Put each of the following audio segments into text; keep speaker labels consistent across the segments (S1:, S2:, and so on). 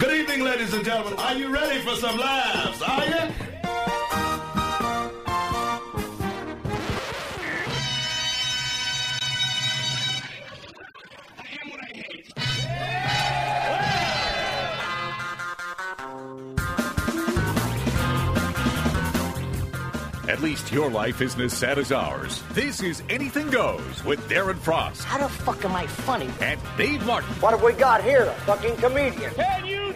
S1: morning, ladies and gentlemen. Are you ready for some laughs? Are you?
S2: At least your life isn't as sad as ours. This is Anything Goes with Darren Frost
S3: How the fuck am I funny?
S2: and Dave Martin.
S3: What have we got here? A fucking comedian.
S4: Hey,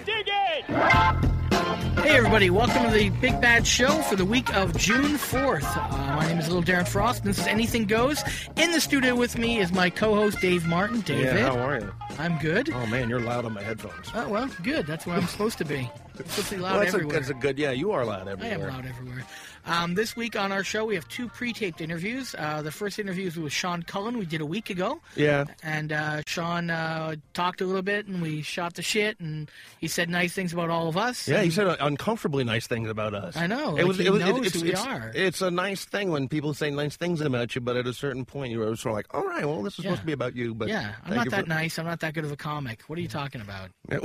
S4: everybody, welcome to the Big Bad Show for the week of June 4th. Uh, my name is Little Darren Frost, and this is Anything Goes. In the studio with me is my co host, Dave Martin. David,
S5: Yeah, how are you?
S4: I'm good.
S5: Oh man, you're loud on my headphones.
S4: Oh, well, good. That's where I'm supposed to be. I'm supposed to be loud
S5: Well, that's, a,
S4: everywhere.
S5: that's a good. Yeah, you are loud
S4: I am
S5: everywhere.
S4: loud everywhere. Um, this week on our show, we have two pre taped interviews. Uh, the first interview is with Sean Cullen, we did a week ago.
S5: Yeah,
S4: And uh, Sean uh, talked a little bit, and we shot the shit, and he said nice things about all of us.
S5: yeah. You said uh, uncomfortably nice things about us.
S4: I know, like he knows who we
S5: it's,
S4: are.
S5: It's a nice thing when people say nice things about you, but at a certain point, you're sort of like, all right, well, this is supposed
S4: Yeah.
S5: to be about you. But
S4: Yeah, I'm
S5: thank
S4: not
S5: you
S4: that
S5: for-
S4: nice. I'm not that good of a comic. What are you talking about?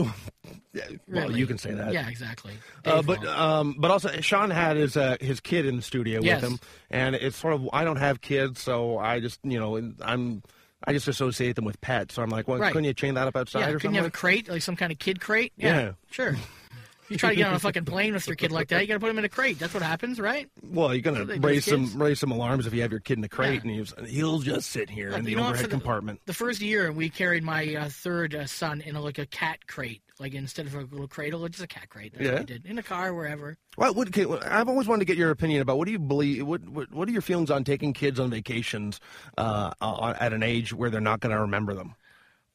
S5: Yeah, well, yeah, well,
S4: Really?
S5: you can say that.
S4: Yeah, exactly.
S5: Uh,
S4: Dave
S5: but
S4: won't.
S5: um, but also Sean had his uh, his kid in the studio
S4: Yes.
S5: with him, and it's sort of I don't have kids, so I just you know I'm I just associate them with pets. So I'm like, well,
S4: Right.
S5: couldn't you chain that up outside
S4: yeah,
S5: or
S4: couldn't
S5: something?
S4: you have a crate, like some kind of kid crate?
S5: Yeah.
S4: sure. You try to get on a fucking plane with your kid like that, you gotta put him in a crate. That's what happens, right?
S5: Well, you're gonna
S4: they do
S5: raise
S4: to
S5: some
S4: kids.
S5: raise some alarms if you have your kid in the crate,
S4: Yeah.
S5: and he's, he'll just sit here in
S4: But
S5: the
S4: you know what,
S5: overhead
S4: for the-
S5: compartment.
S4: The first year, we carried my uh, third uh, son in a, like a cat crate, like instead of a little cradle, it's just a cat crate. That's what
S5: Yeah.
S4: we did in a car, wherever.
S5: Well, what, okay, well, I've always wanted to get your opinion about what do you believe? What what, what are your feelings on taking kids on vacations uh, on, at an age where they're not going to remember them?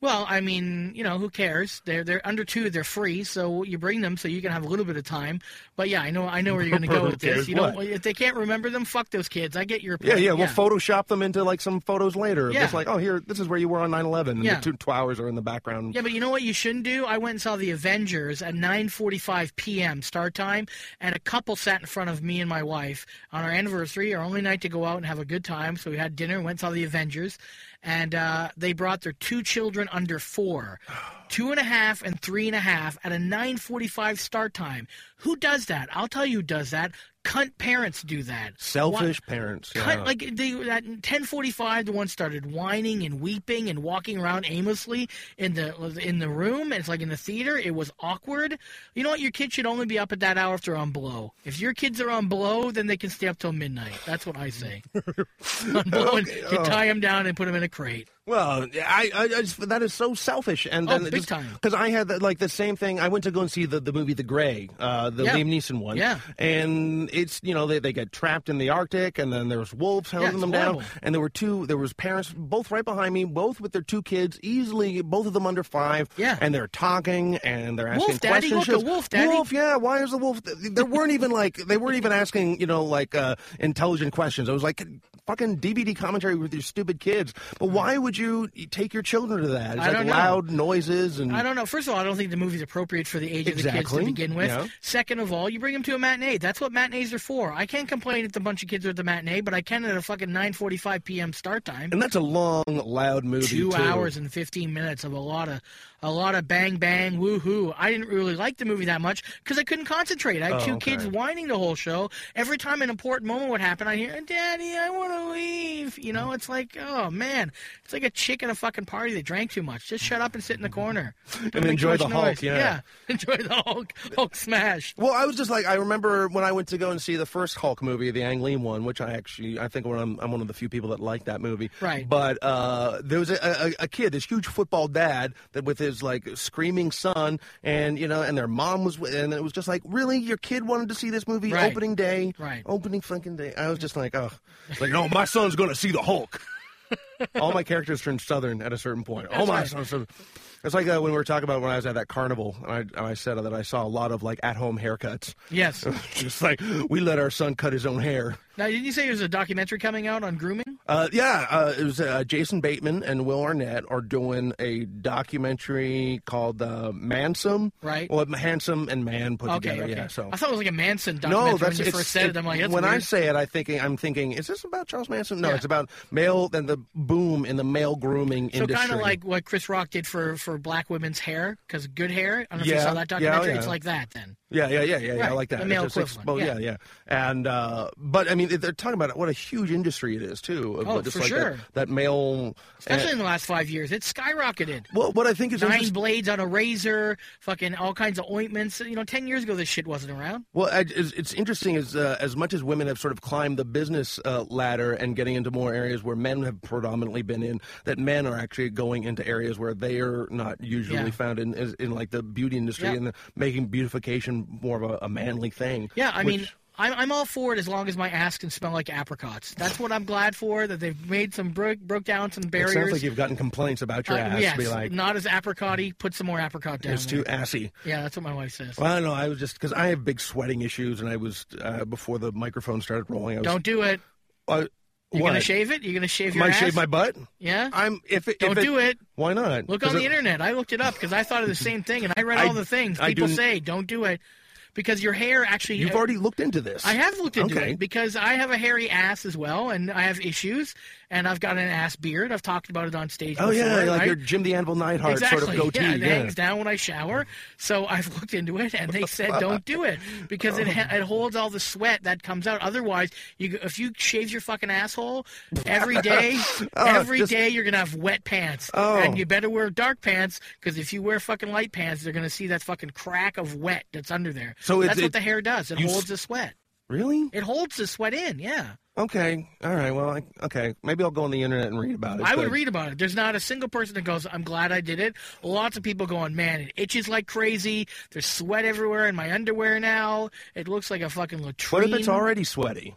S4: Well, I mean, you know, who cares? They're they're under two, they're free, so you bring them so you can have a little bit of time. But yeah, I know I know where you're going to go
S5: Who
S4: with this.
S5: cares
S4: You don't
S5: what?
S4: if they can't remember them, fuck those kids. I get your
S5: Yeah,
S4: point.
S5: yeah. We'll Photoshop them into like some photos later.
S4: Yeah.
S5: It's like, oh, here, this is where you were on 9/11, and
S4: Yeah.
S5: the two, two hours are in the background.
S4: Yeah, but you know what you shouldn't do? I went and saw the Avengers at 9:45 p.m. start time, and a couple sat in front of me and my wife on our anniversary, our only night to go out and have a good time. So we had dinner, went and saw the Avengers, and uh, they brought their two children under four, two and a half and three and a half, at a 9:45 start time. Who does that? I'll tell you who does that. Cunt parents do that. Why-
S5: Selfish parents.
S4: Cut,
S5: yeah.
S4: like they, at 10:45, the one started whining and weeping and walking around aimlessly in the in the room. It's like in the theater. It was awkward. You know what? Your kid should only be up at that hour if they're on blow. If your kids are on blow, then they can stay up till midnight. That's what I say. on blow, and you
S5: oh.
S4: tie them down and put them in a crate.
S5: Well, I, I, I just, that is so selfish, and
S4: Oh,
S5: then
S4: big time.
S5: Because I had that, like the same thing. I went to go and see the, the movie The Gray, uh, the
S4: Yeah.
S5: Liam Neeson one.
S4: Yeah.
S5: and it's you know they, they get trapped in the Arctic, and then there's wolves hounding
S4: it's
S5: them
S4: horrible.
S5: down, and there were two there was parents both right behind me, both with their two kids, easily both of them under five.
S4: Yeah.
S5: and they're talking and they're asking
S4: Wolf daddy, look,
S5: questions.
S4: a
S5: Just,
S4: wolf daddy.
S5: Wolf, yeah. Why is the wolf? There weren't even like they weren't even asking you know like uh, intelligent questions. It was like fucking DVD commentary with your stupid kids. But why would you take your children to that? It's
S4: I
S5: like
S4: don't know.
S5: loud noises and
S4: I don't know. First of all, I don't think the movie's appropriate for the age of the kids to
S5: Hmm. Exactly.
S4: begin with.
S5: Yeah.
S4: Second of all, you bring them to a matinee. That's what matinees are for. I can't complain if the bunch of kids are at the matinee, but I can at a fucking 9:45 p.m. start time.
S5: and that's a long loud movie.
S4: two
S5: too.
S4: hours and 15 minutes of a lot of a lot of bang bang woohoo i didn't really like the movie that much because i couldn't concentrate i had
S5: Oh,
S4: two
S5: okay.
S4: kids whining the whole show every time an important moment would happen i hear daddy i want to leave you know it's like oh man it's like a chick at a fucking party that drank too much just shut up and sit in the corner Don't make too
S5: enjoy
S4: much
S5: the Hulk,
S4: noise.
S5: yeah.
S4: enjoy the hulk hulk smash
S5: Well, I was just like I remember when I went to go and see the first Hulk movie, the Ang Lee one, which I actually I think when I'm, I'm one of the few people that like that movie.
S4: Right.
S5: But uh, there was a, a, a kid, this huge football dad, that with his like screaming son, and you know, and their mom was, with- and it was just like, really, your kid wanted to see this movie
S4: Right.
S5: opening day,
S4: Right.
S5: Opening fucking day. I was just like, oh, It's like no, my son's going to see the Hulk. All my characters turned southern at a certain point. oh my
S4: right.
S5: son's southern. It's like uh, when we were talking about when I was at that carnival, and I, and I said that I saw a lot of like at-home haircuts.
S4: yes
S5: Just like we let our son cut his own hair.
S4: Now, didn't you say there's a documentary coming out on grooming?
S5: Uh, yeah, uh, it was uh, Jason Bateman and Will Arnett are doing a documentary called uh, Mansome.
S4: Right.
S5: Well, Handsome and Man put
S4: Okay,
S5: together.
S4: okay.
S5: Yeah. So
S4: I thought it was like a Manson documentary
S5: no, that's
S4: when you
S5: it's,
S4: first said it. I'm like, that's
S5: when I
S4: weird.
S5: say it, I thinking I'm thinking, is this about Charles Manson? No,
S4: Yeah.
S5: it's about male and the boom in the male grooming
S4: So
S5: industry.
S4: kind of like what Chris Rock did for for black women's hair, because good hair. I don't know if you
S5: Yeah,
S4: saw that
S5: yeah, oh,
S4: documentary. It's
S5: yeah.
S4: like that then.
S5: Yeah, yeah, yeah, yeah, yeah.
S4: Right,
S5: like that.
S4: the male
S5: It's just
S4: equivalent,
S5: expo- yeah, yeah. And uh, but I mean, they're talking about what a huge industry it is too. of
S4: Oh,
S5: just
S4: for
S5: like
S4: sure.
S5: That, that male.
S4: Especially
S5: and-
S4: in the last five years, it's skyrocketed.
S5: well, what I think is
S4: Nine
S5: interesting.
S4: blades on a razor, fucking all kinds of ointments. You know, ten years ago this shit wasn't around.
S5: Well, I, it's, it's interesting is uh, as much as women have sort of climbed the business uh, ladder and getting into more areas where men have predominantly been in, that men are actually going into areas where they are not usually
S4: Yeah.
S5: found in, is in like the beauty industry
S4: Yeah.
S5: and the, making beautification more of a, a manly thing.
S4: Yeah, I
S5: which-
S4: mean, I'm, I'm all for it as long as my ass can smell like apricots. That's what I'm glad for. That they've made some broke broke down some
S5: it
S4: barriers.
S5: sounds like you've gotten complaints about your
S4: Uh,
S5: ass.
S4: yes,
S5: be like,
S4: not as apricotty. Put some more apricot down.
S5: it's
S4: there.
S5: too assy.
S4: Yeah, that's what my wife says.
S5: Well, I don't know. I was just because I have big sweating issues, and I was uh, before the microphone started rolling. I was,
S4: Don't do it.
S5: Uh,
S4: You're
S5: what?
S4: gonna shave it. You're gonna shave
S5: Am
S4: your
S5: I
S4: ass.
S5: shave my butt?
S4: yeah.
S5: I'm if it,
S4: Don't
S5: if
S4: do it.
S5: Why not?
S4: Look
S5: 'Cause
S4: on the
S5: it-
S4: internet. I looked it up because I thought of the same thing, and I read
S5: I-
S4: all the things
S5: I
S4: people
S5: do-
S4: say. Don't do it because your hair actually. uh,
S5: You've already looked into this.
S4: I have looked into
S5: Okay.
S4: it because I have a hairy ass as well, and I have issues, and I've got an ass beard. I've talked about it on stage.
S5: Oh yeah,
S4: before,
S5: like
S4: right?
S5: your Jim the Anvil Neidhart
S4: exactly.
S5: sort of goatee.
S4: Yeah, it hangs down when I shower. So I've looked into it, and they said don't do it because it ha- it holds all the sweat that comes out. Otherwise, you if you shave your fucking asshole every day, every
S5: Oh, just-
S4: day, you're gonna have wet pants,
S5: Oh.
S4: and you better wear dark pants because if you wear fucking light pants, they're gonna see that fucking crack of wet that's under there.
S5: So it-
S4: that's
S5: it-
S4: what the hair does. It
S5: you s-
S4: holds the sweat.
S5: Really?
S4: It holds the sweat in. Yeah,
S5: Okay. All right. Well, I, okay. Maybe I'll go on the internet and read about it.
S4: I would
S5: but-
S4: read about it. There's not a single person that goes, "I'm glad I did it." Lots of people going, "Man, it itches like crazy. There's sweat everywhere in my underwear now. It looks like a fucking latrine."
S5: What if it's already sweaty?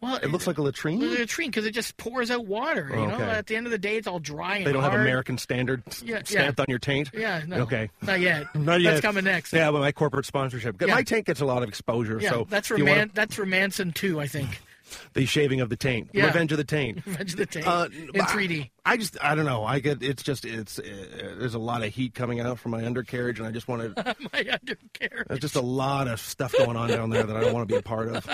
S4: Well,
S5: It looks like
S4: a
S5: a latrine.
S4: latrine because it just pours out water.
S5: Oh,
S4: you know,
S5: okay.
S4: at the end of the day, it's all dry and
S5: They don't have
S4: hard.
S5: American standard s-
S4: Yeah, yeah.
S5: stamped on your taint.
S4: Yeah. No,
S5: Okay.
S4: Not yet.
S5: Not yet.
S4: That's coming next.
S5: Yeah, but my corporate sponsorship. 'Cause
S4: Yeah.
S5: My taint gets a lot of exposure.
S4: Yeah,
S5: so
S4: that's
S5: do
S4: for
S5: you
S4: man.
S5: wanna-
S4: That's for Manson too, I think.
S5: the shaving of the taint,
S4: Yeah.
S5: revenge of the taint.
S4: Revenge of the Tank
S5: Uh,
S4: in
S5: but I-
S4: 3D.
S5: I just, I don't know. I get, it's just, it's, uh, there's a lot of heat coming out from my undercarriage, and I just want to.
S4: my undercarriage.
S5: There's just a lot of stuff going on down there that I don't want to be a part of.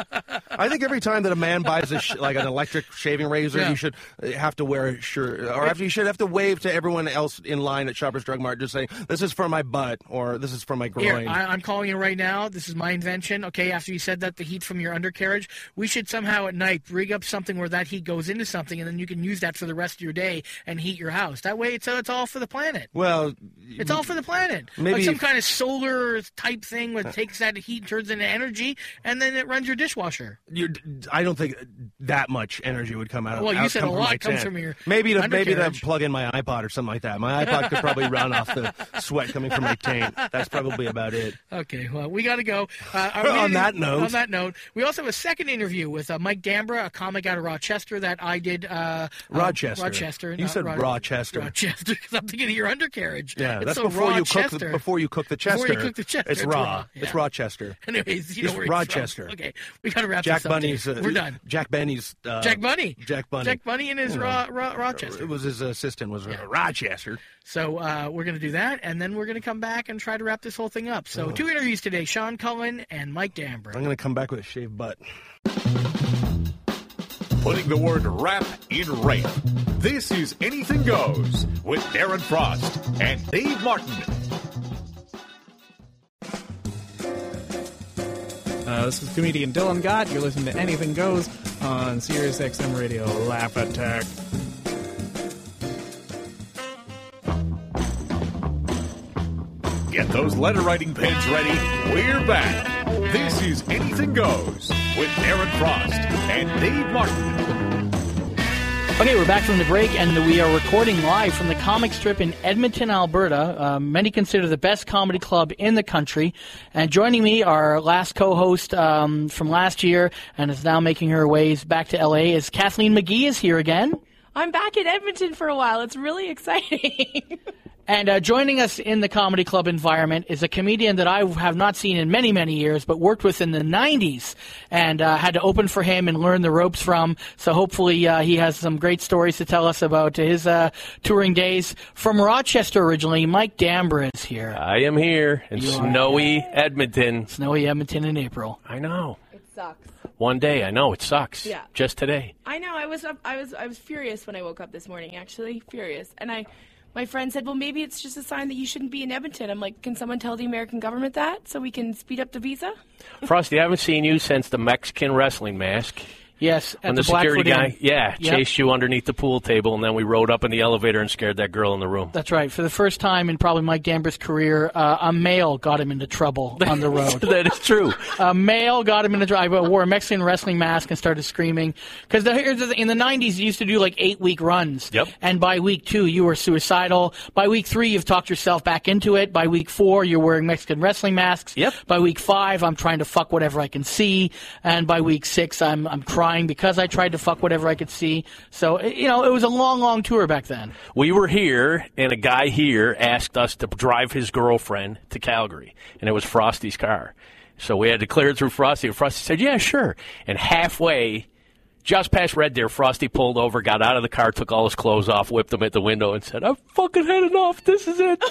S5: I think every time that a man buys a sh- like an electric shaving razor,
S4: Yeah.
S5: you should uh, have to wear a shirt, or after you should have to wave to everyone else in line at Shoppers Drug Mart, just saying, "This is for my butt," or "This is for my
S4: Here,
S5: groin."
S4: I, I'm calling you right now. This is my invention. Okay, after you said that, the heat from your undercarriage, we should somehow at night rig up something where that heat goes into something, and then you can use that for the rest of your day and heat your house. That way, it's it's all for the planet.
S5: well,
S4: It's all for the planet.
S5: Maybe-
S4: like some kind of solar type thing that takes that heat, turns into energy, and then it runs your dishwasher.
S5: you I don't think that much energy would come out.
S4: Well, you
S5: out-
S4: said
S5: come
S4: a
S5: from
S4: lot
S5: my
S4: comes
S5: tent.
S4: from your
S5: maybe to maybe to
S4: undercarriage.
S5: plug in my iPod or something like that. My iPod could probably run off the sweat coming from my taint. That's probably about it.
S4: Okay, well, we got to go. Uh, our
S5: On
S4: meeting-
S5: that note.
S4: on that note, we also have a second interview with uh, Mike Dambra, a comic out of Rochester that I did. Uh, uh,
S5: Rochester.
S4: Rochester.
S5: You
S4: not
S5: said
S4: Rochester,
S5: Rochester.
S4: because I'm thinking of your undercarriage.
S5: Yeah,
S4: It's
S5: that's
S4: so
S5: before you cook the,
S4: Rochester.
S5: before you cook the chester.
S4: Before you cook the chester,
S5: It's
S4: it's
S5: raw.
S4: raw, yeah.
S5: It's raw chester.
S4: Anyways, you
S5: It's
S4: know where it's
S5: Rochester.
S4: From. Okay, we got to wrap
S5: Jack
S4: this up.
S5: Bunny's.
S4: Dave.
S5: Uh,
S4: We're done.
S5: Jack Bunny's. Uh,
S4: Jack Bunny.
S5: Jack Bunny.
S4: Jack Bunny and his
S5: You know,
S4: Ro- Ro- Rochester.
S5: It was his assistant was uh, Rochester.
S4: So uh, we're going to do that, and then we're going to come back and try to wrap this whole thing up.
S5: Oh.
S4: So two interviews today: Sean Cullen and Mike Dambra.
S5: I'm gonna come back with a shaved butt.
S2: Putting the word rap in rape. This is Anything Goes with Darren Frost and Dave Martin.
S6: Uh, this is comedian Dylan Gott. You're listening to Anything Goes on Sirius XM Radio Laugh Attack.
S2: Get those letter writing pens ready. We're back. This is Anything Goes with Darren Frost and Dave Martin.
S4: Okay, we're back from the break, and we are recording live from the comic strip in Edmonton, Alberta. Uh, many consider the best comedy club in the country. And joining me, our last co-host um, from last year, and is now making her ways back to LA, is Kathleen McGee. Is here again.
S7: I'm back in Edmonton for a while. It's really exciting.
S4: And uh, joining us in the comedy club environment is a comedian that I have not seen in many, many years, but worked with in the 90s and uh, had to open for him and learn the ropes from. So hopefully uh, he has some great stories to tell us about his uh, touring days. From Rochester originally, Mike Dambra is here.
S8: I am here in snowy Edmonton.
S4: Snowy Edmonton in April.
S8: I know.
S7: it sucks.
S8: One day, I know it sucks.
S7: Yeah.
S8: Just today.
S7: I know. I was up. I was. I was furious when I woke up this morning. Actually, furious. And I, my friend said, "Well, maybe it's just a sign that you shouldn't be in Edmonton." I'm like, "Can someone tell the American government that so we can speed up the visa?"
S8: Frosty, I haven't seen you since the Mexican wrestling mask.
S4: Yes, at
S8: When the, security
S4: Blackfoot
S8: guy,
S4: Inn.
S8: yeah,
S4: Yep.
S8: chased you underneath the pool table, and then we rode up in the elevator and scared that girl in the room.
S4: That's right. For the first time in probably Mike Dambra's career, uh, a male got him into trouble on the road.
S8: that is true.
S4: a male got him in a drive. I wore a Mexican wrestling mask and started screaming because the, here's the thing, in the '90s you used to do like eight week runs.
S8: Yep.
S4: And by week two you were suicidal. By week three you've talked yourself back into it. By week four you're wearing Mexican wrestling masks.
S8: Yep.
S4: By week five I'm trying to fuck whatever I can see, and by week six I'm I'm crying because I tried to fuck whatever I could see. So you know it was a long, long tour back then.
S8: We were here, and a guy here asked us to drive his girlfriend to Calgary, and it was Frosty's car. So we had to clear it through Frosty, and Frosty said, Yeah, sure. And halfway, just past Red Deer, Frosty pulled over, got out of the car, took all his clothes off, whipped them at the window, and said, I've fucking had enough. This is it.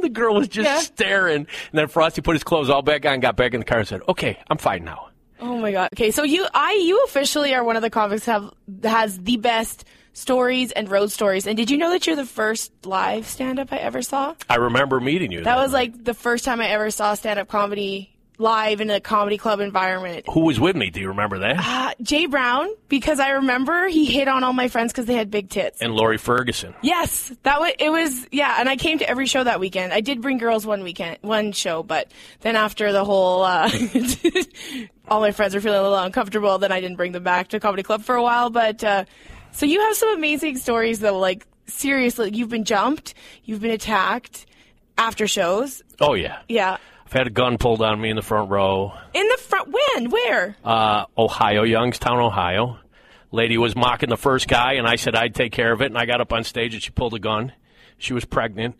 S8: the girl was just staring. And then Frosty put his clothes all back on, got back in the car, and said, Okay, I'm fine now.
S7: Oh my god. Okay, so you, I, you officially are one of the comics that have that has the best stories and road stories. And did you know that you're the first live stand up I ever saw?
S8: I remember meeting you.
S7: That was like the first time I ever saw stand up comedy live in a comedy club environment.
S8: Who was with me? Do you remember that?
S7: Uh, Jay Brown, because I remember he hit on all my friends because they had big tits.
S8: And Lori Ferguson.
S7: Yes, that was it was yeah, and I came to every show that weekend. I did bring girls one weekend, one show, but then after the whole uh, all my friends were feeling a little uncomfortable, then I didn't bring them back to comedy club for a while, but uh, so you have some amazing stories though, like seriously, you've been jumped, you've been attacked after shows.
S8: Oh, yeah.
S7: Yeah.
S8: I've had a gun pulled on me in the front row.
S7: In the front when? Where?
S8: Uh, Ohio, Youngstown, Ohio. Lady was mocking the first guy, and I said I'd take care of it. And I got up on stage, and she pulled a gun. She was pregnant.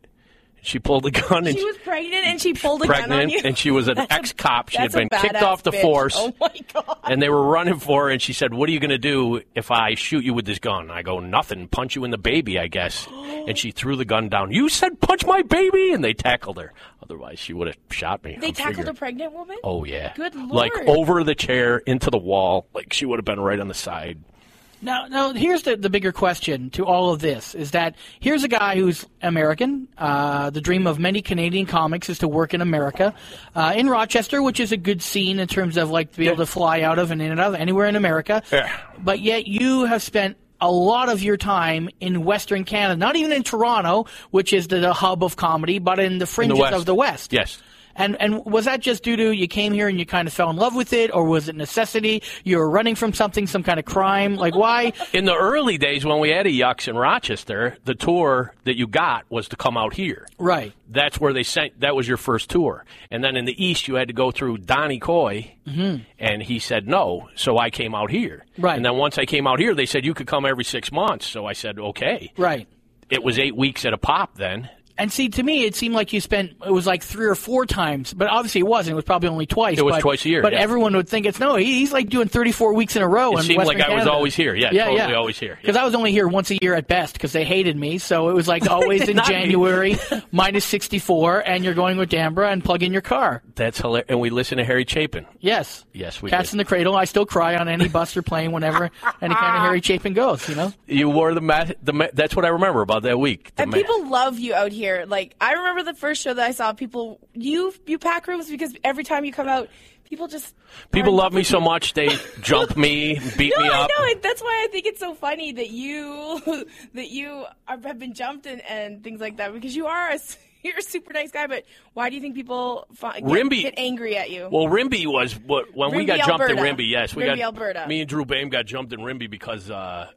S8: She pulled the gun, and
S7: she was pregnant and she pulled a gun on
S8: pregnant,
S7: you.
S8: and she was an ex-cop. She had
S7: That's a
S8: been kicked
S7: badass
S8: off the
S7: bitch.
S8: force,
S7: Oh my god.
S8: and they were running for her. And she said, "What are you going to do if I shoot you with this gun?" I go, "Nothing. Punch you in the baby, I guess." and she threw the gun down. You said, "Punch my baby," and they tackled her. Otherwise, she would have shot me.
S7: They
S8: I'm
S7: tackled
S8: figuring.
S7: a pregnant woman?
S8: Oh yeah.
S7: Good lord.
S8: Like over the chair into the wall. Like she would have been right on the side.
S4: Now, now here's the, the bigger question to all of this is that here's a guy who's American. Uh, the dream of many Canadian comics is to work in America, uh, in Rochester, which is a good scene in terms of like to be able to fly out of and in and out of anywhere in America.
S8: Yeah.
S4: But yet you have spent a lot of your time in Western Canada, not even in Toronto, which is the, the hub of comedy, but in the fringes
S8: West.
S4: of the West.
S8: Yes.
S4: And and was that just due to you came here and you kind of fell in love with it, or was it necessity? You were running from something, some kind of crime. Like why?
S8: In the early days when we had a Yucks in Rochester, the tour that you got was to come out here.
S4: right.
S8: That's where they sent. That was your first tour, and then in the East you had to go through Donnie Coy, and he said no. So I came out here,
S4: Mm-hmm. Right.
S8: And then once I came out here, they said you could come every six months. So I said okay.
S4: Right.
S8: It was eight weeks at a pop then.
S4: And see, to me, it seemed like you spent it was like three or four times, but obviously it wasn't. It was probably only twice.
S8: It was
S4: but-
S8: twice a year,
S4: But
S8: yeah.
S4: everyone would think it's no. he- He's like doing thirty-four weeks in a row.
S8: It
S4: in
S8: seemed
S4: Western
S8: like I was
S4: Canada.
S8: always here. Yeah, totally always here.
S4: Because
S8: Yeah.
S4: I was only here once a year at best because they hated me. So it was like always in
S8: not
S4: January minus sixty-four, and you're going with Dambra and plug in your car.
S8: That's hilarious. And we listened to Harry Chapin.
S4: Yes.
S8: Yes, we
S4: Cats
S8: did.
S4: in the Cradle. I still cry on any bus or plane whenever any kind of Harry Chapin goes. You know.
S8: You wore the ma- the ma- that's what I remember about that week. The
S7: And
S8: ma-
S7: people love you out here. Like I remember the first show that I saw, people you you pack rooms because every time you come out, people just
S8: people
S7: are-
S8: love me so much they jump me, beat
S7: No,
S8: me
S7: I
S8: up.
S7: know. and That's why I think it's so funny that you that you are, have been jumped and, and things like that because you are a s- you're a super nice guy. But why do you think people fi- get,
S8: Rimby-
S7: get angry at you?
S8: Well, Rimby was what when we
S7: Rimby,
S8: got jumped in
S7: Alberta.
S8: Rimby. Yes, we
S7: Rimby,
S8: got
S7: Alberta.
S8: Me and Drew Bame got jumped in Rimby because uh,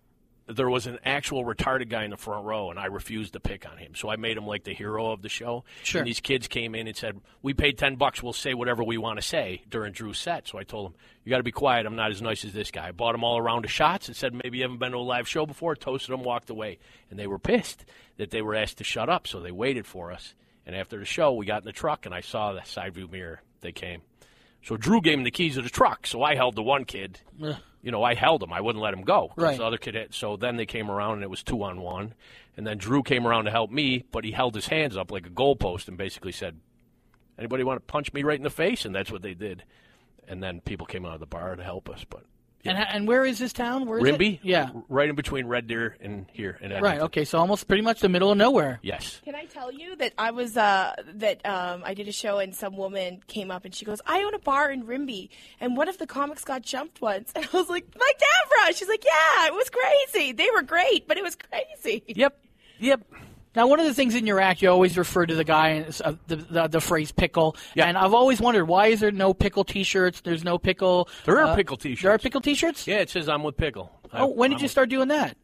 S8: there was an actual retarded guy in the front row, and I refused to pick on him. So I made him like the hero of the show.
S4: Sure.
S8: And these kids came in and said, "We paid ten bucks. We'll say whatever we want to say during Drew's set." So I told him, "You got to be quiet. I'm not as nice as this guy." I bought him all a round of shots and said, "Maybe you haven't been to a live show before." Toasted them, walked away, and they were pissed that they were asked to shut up. So they waited for us. And after the show, we got in the truck, and I saw the side view mirror. They came. So Drew gave him the keys of the truck. So I held the one kid. You know, I held him. I wouldn't let him go. 'cause
S4: Right.
S8: The other kid. Had, so then they came around and it was two on one. And then Drew came around to help me, but he held his hands up like a goalpost and basically said, "Anybody want to punch me right in the face?" And that's what they did. And then people came out of the bar to help us. But
S4: And, and where is this town? Where is
S8: Rimby,
S4: it? Yeah.
S8: r- right in between Red Deer and here. And
S4: Right. Okay. So almost pretty much the middle of nowhere.
S8: Yes.
S7: Can I tell you that I was uh, that um, I did a show and some woman came up and she goes, "I own a bar in Rimby, and one of the comics got jumped once." And I was like, "My Davra!" She's like, "Yeah, it was crazy. They were great, but it was crazy."
S8: Yep. Yep.
S4: Now, one of the things in your act, you always refer to the guy as uh, the, the the phrase "pickle,"
S8: Yeah.
S4: and I've always wondered why is there no pickle T-shirts? There's no pickle.
S8: There are
S4: uh,
S8: pickle t-shirts.
S4: There are pickle T-shirts.
S8: Yeah, it says I'm with Pickle. I-
S4: Oh, when did
S8: I'm
S4: you
S8: with-
S4: start doing that?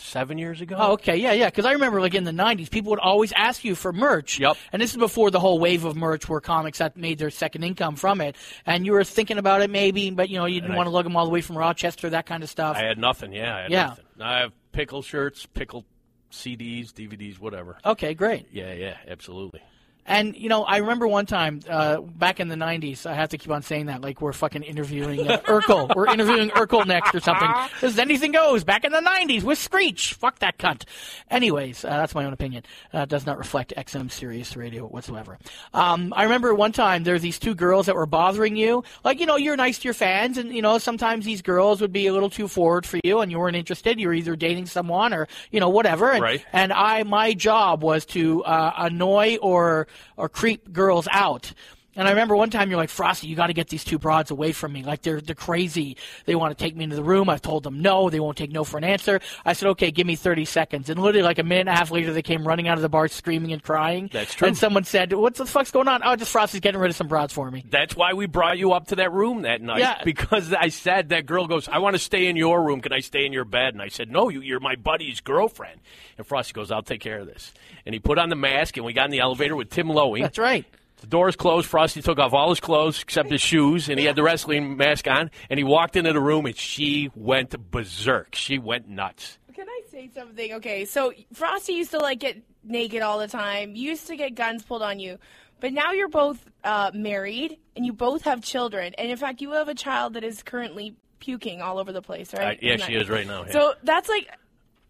S8: Seven years ago.
S4: Oh, okay, yeah, yeah. Because I remember, like in the '90s, people would always ask you for merch.
S8: Yep.
S4: And this is before the whole wave of merch, where comics that made their second income from it. And you were thinking about it, maybe, but you know, you didn't
S8: I-
S4: want to lug them all the way from Rochester, that kind of stuff.
S8: I had nothing. Yeah, I had
S4: Yeah.
S8: nothing. I have pickle shirts, pickle CDs, DVDs, whatever.
S4: okay, great.
S8: Yeah, yeah, absolutely.
S4: And you know, I remember one time uh, back in the '90s. I have to keep on saying that, like we're fucking interviewing uh, Urkel. We're interviewing Urkel next or something. This is anything goes. Back in the '90s with Screech. Fuck that cunt. Anyways, uh, that's my own opinion. Uh, it does not reflect XM Sirius Radio whatsoever. Um, I remember one time there were these two girls that were bothering you. Like you know, you're nice to your fans, and you know sometimes these girls would be a little too forward for you, and you weren't interested. You were either dating someone or you know whatever. And,
S8: Right.
S4: and I my job was to uh, annoy or or creep girls out. And I remember one time you're like, Frosty, you got to get these two broads away from me. Like they're they're crazy. They want to take me into the room. I've told them no. They won't take no for an answer. I said, okay, give me 30 seconds. And literally like a minute and a half later, they came running out of the bar screaming and crying.
S8: That's true.
S4: And someone said, what the fuck's going on? Oh, just Frosty's getting rid of some broads for me.
S8: That's why we brought you up to that room that night
S4: Yeah.
S8: because I said that girl goes, "I want to stay in your room. Can I stay in your bed?" And I said, "No, you, you're my buddy's girlfriend." And Frosty goes, "I'll take care of this." And he put on the mask, and we got in the elevator with Tim Lowy.
S4: That's right.
S8: The doors closed. Frosty took off all his clothes except his shoes, and he had the wrestling mask on. And he walked into the room, and she went berserk. She went nuts.
S7: Can I say something? Okay, so Frosty used to like get naked all the time. You used to get guns pulled on you, but now you're both uh, married and you both have children. And in fact, you have a child that is currently puking all over the place, right?
S8: Uh, yeah,
S7: Isn't
S8: she
S7: that-
S8: is right now, yeah.
S7: So that's like,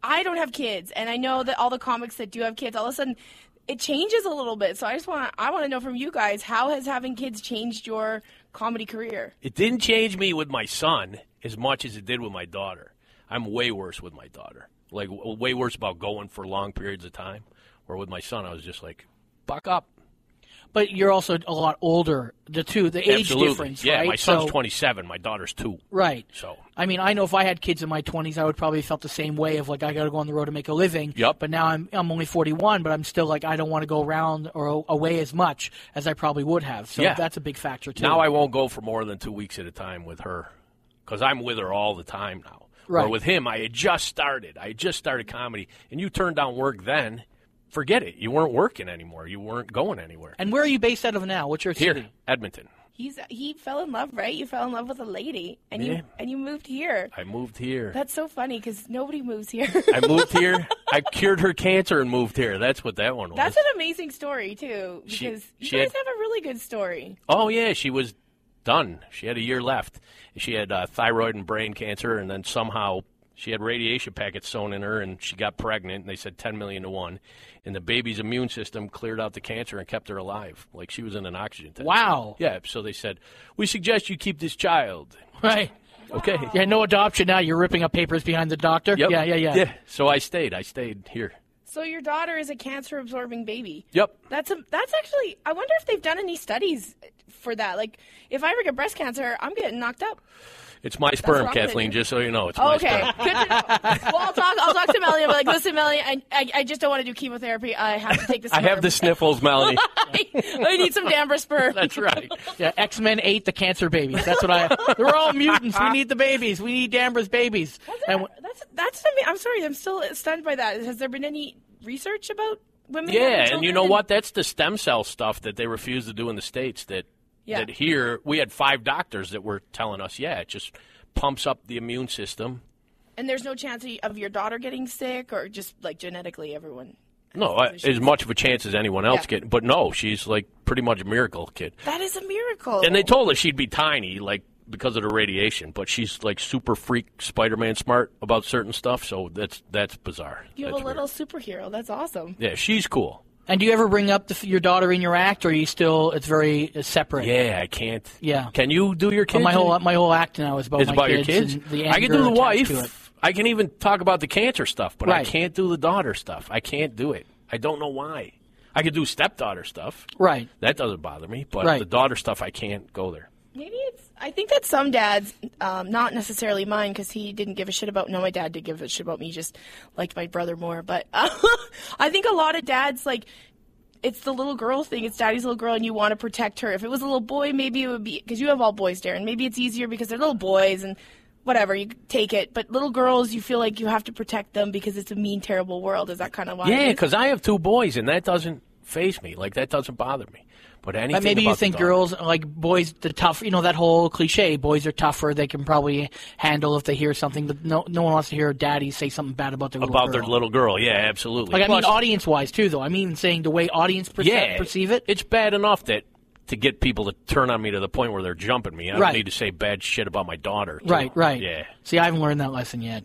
S7: I don't have kids, and I know that all the comics that do have kids, all of a sudden. It changes a little bit, so I just want I want to know from you guys how has having kids changed your comedy career?
S8: It didn't change me with my son as much as it did with my daughter. I'm way worse with my daughter. Like w- way worse about going for long periods of time. Or with my son, I was just like, "Buck up."
S4: But you're also a lot older. The two, the age
S8: Absolutely.
S4: difference,
S8: yeah,
S4: right?
S8: my son's
S4: So-
S8: 27. My daughter's two.
S4: Right.
S8: So-
S4: I mean, I know if I had kids in my 20s, I would probably have felt the same way of like I got to go on the road to make a living.
S8: Yep.
S4: But now I'm I'm only 41, but I'm still like I don't want to go around or a- away as much as I probably would have. So
S8: Yeah.
S4: that's a big factor too.
S8: Now I won't go for more than two weeks at a time with her because I'm with her all the time now.
S4: Right.
S8: Or with him, I had just started. I had just started comedy, and you turned down work then. Forget it. You weren't working anymore. You weren't going anywhere.
S4: and where are you based out of now? What's your
S8: Here,
S4: city?
S8: Edmonton.
S7: He's he fell in love, right? You fell in love with a lady, and
S8: Yeah.
S7: you and you moved here.
S8: I moved here.
S7: That's so funny because nobody moves here.
S8: I moved here. I cured her cancer and moved here. That's what that one was.
S7: That's an amazing story too,
S8: She-
S7: because you
S8: she
S7: guys
S8: had-
S7: have a really good story.
S8: oh yeah, she was done. She had a year left. She had uh, thyroid and brain cancer, and then somehow she had radiation packets sewn in her, and she got pregnant. And they said ten million to one, and the baby's immune system cleared out the cancer and kept her alive. Like she was in an oxygen tank.
S4: Wow.
S8: Yeah. So they said, we suggest you keep this child.
S4: Right.
S8: Okay.
S4: Yeah, no adoption now. You're ripping up papers behind the doctor.
S8: Yep.
S4: Yeah, yeah, yeah.
S8: Yeah. So I stayed. I stayed here.
S7: So your daughter is a cancer-absorbing baby.
S8: Yep.
S7: That's a that's actually. I wonder if they've done any studies for that. Like, if I ever get breast cancer, I'm getting knocked up.
S8: It's my sperm,
S7: wrong with
S8: Kathleen.
S7: you.
S8: Just so you know, it's my
S7: Okay.
S8: sperm.
S7: Good to know. Well, I'll talk. I'll talk to Melanie. I'm like, listen, Melanie, I, I, I just don't want to do chemotherapy. I have to take this.
S8: I have
S7: herb."
S8: the sniffles, Melanie.
S7: I I need some damper spur.
S8: That's right.
S4: Yeah, X Men ate the cancer babies. That's what I. They're all mutants. We need the babies. We need Danvers babies. And w-
S7: That's that's something. I'm sorry, I'm still stunned by that. Has there been any research about women? having
S8: Yeah, and you
S7: children
S8: know what? That's the stem cell stuff that they refuse to do in the states. That
S7: Yeah.
S8: that here we had five doctors that were telling us, yeah, it just pumps up the immune system.
S7: And there's no chance of- of your daughter getting sick, or just like genetically, everyone.
S8: No, I- as much of a chance as anyone else
S7: Yeah.
S8: get. But no, she's like pretty much a miracle kid.
S7: That is a miracle.
S8: And they told us she'd be tiny, like because of the radiation. But she's like super freak Spider-Man smart about certain stuff. So that's that's bizarre.
S7: you have
S8: That's
S7: a little superhero. That's awesome.
S8: weird. Yeah, she's cool.
S4: and do you ever bring up the, f- your daughter in your act, or are you still? It's very uh, separate.
S8: Yeah, I can't.
S4: Yeah.
S8: Can you do your kids?
S4: But my whole my whole act now is about
S8: It's
S4: Oh, my
S8: about your
S4: kids.
S8: kids.
S4: and the
S8: I can
S4: anger
S8: do the
S4: attached to it.
S8: wife. I can even talk about the cancer stuff, but I
S4: Right.
S8: can't do the daughter stuff. I can't do it. I don't know why. I could do stepdaughter stuff.
S4: Right.
S8: That doesn't bother me, but
S4: Right.
S8: the daughter stuff, I can't go there.
S7: Maybe it's. I think that some dads, um, not necessarily mine, because he didn't give a shit about. No, my dad did give a shit about me. He just liked my brother more. But uh, I think a lot of dads like. It's the little girl thing. It's daddy's little girl, and you want to protect her. If it was a little boy, maybe it would be because you have all boys, Darren. Maybe it's easier because they're little boys and whatever you take it. But little girls, you feel like you have to protect them because it's a mean, terrible world. Is that kind of why? it
S8: Yeah,
S7: is?
S8: because I have two boys, and that doesn't phase me. Like that doesn't bother me. But anything.
S4: But Uh, maybe you
S8: about the
S4: think
S8: daughter-
S4: girls like boys the tough you know that whole cliche boys are tougher they can probably handle if they hear something but no no one wants to hear daddy say something bad about their
S8: about
S4: little
S8: their
S4: girl.
S8: little girl. Yeah, absolutely.
S4: like I mean
S8: Plus-
S4: audience wise too though I mean saying the way audience perce-
S8: yeah,
S4: perceive it
S8: It's bad enough that to get people to turn on me to the point where they're jumping me. I don't
S4: Right.
S8: need to say bad shit about my daughter. too.
S4: right right
S8: Yeah.
S4: see I haven't learned that lesson yet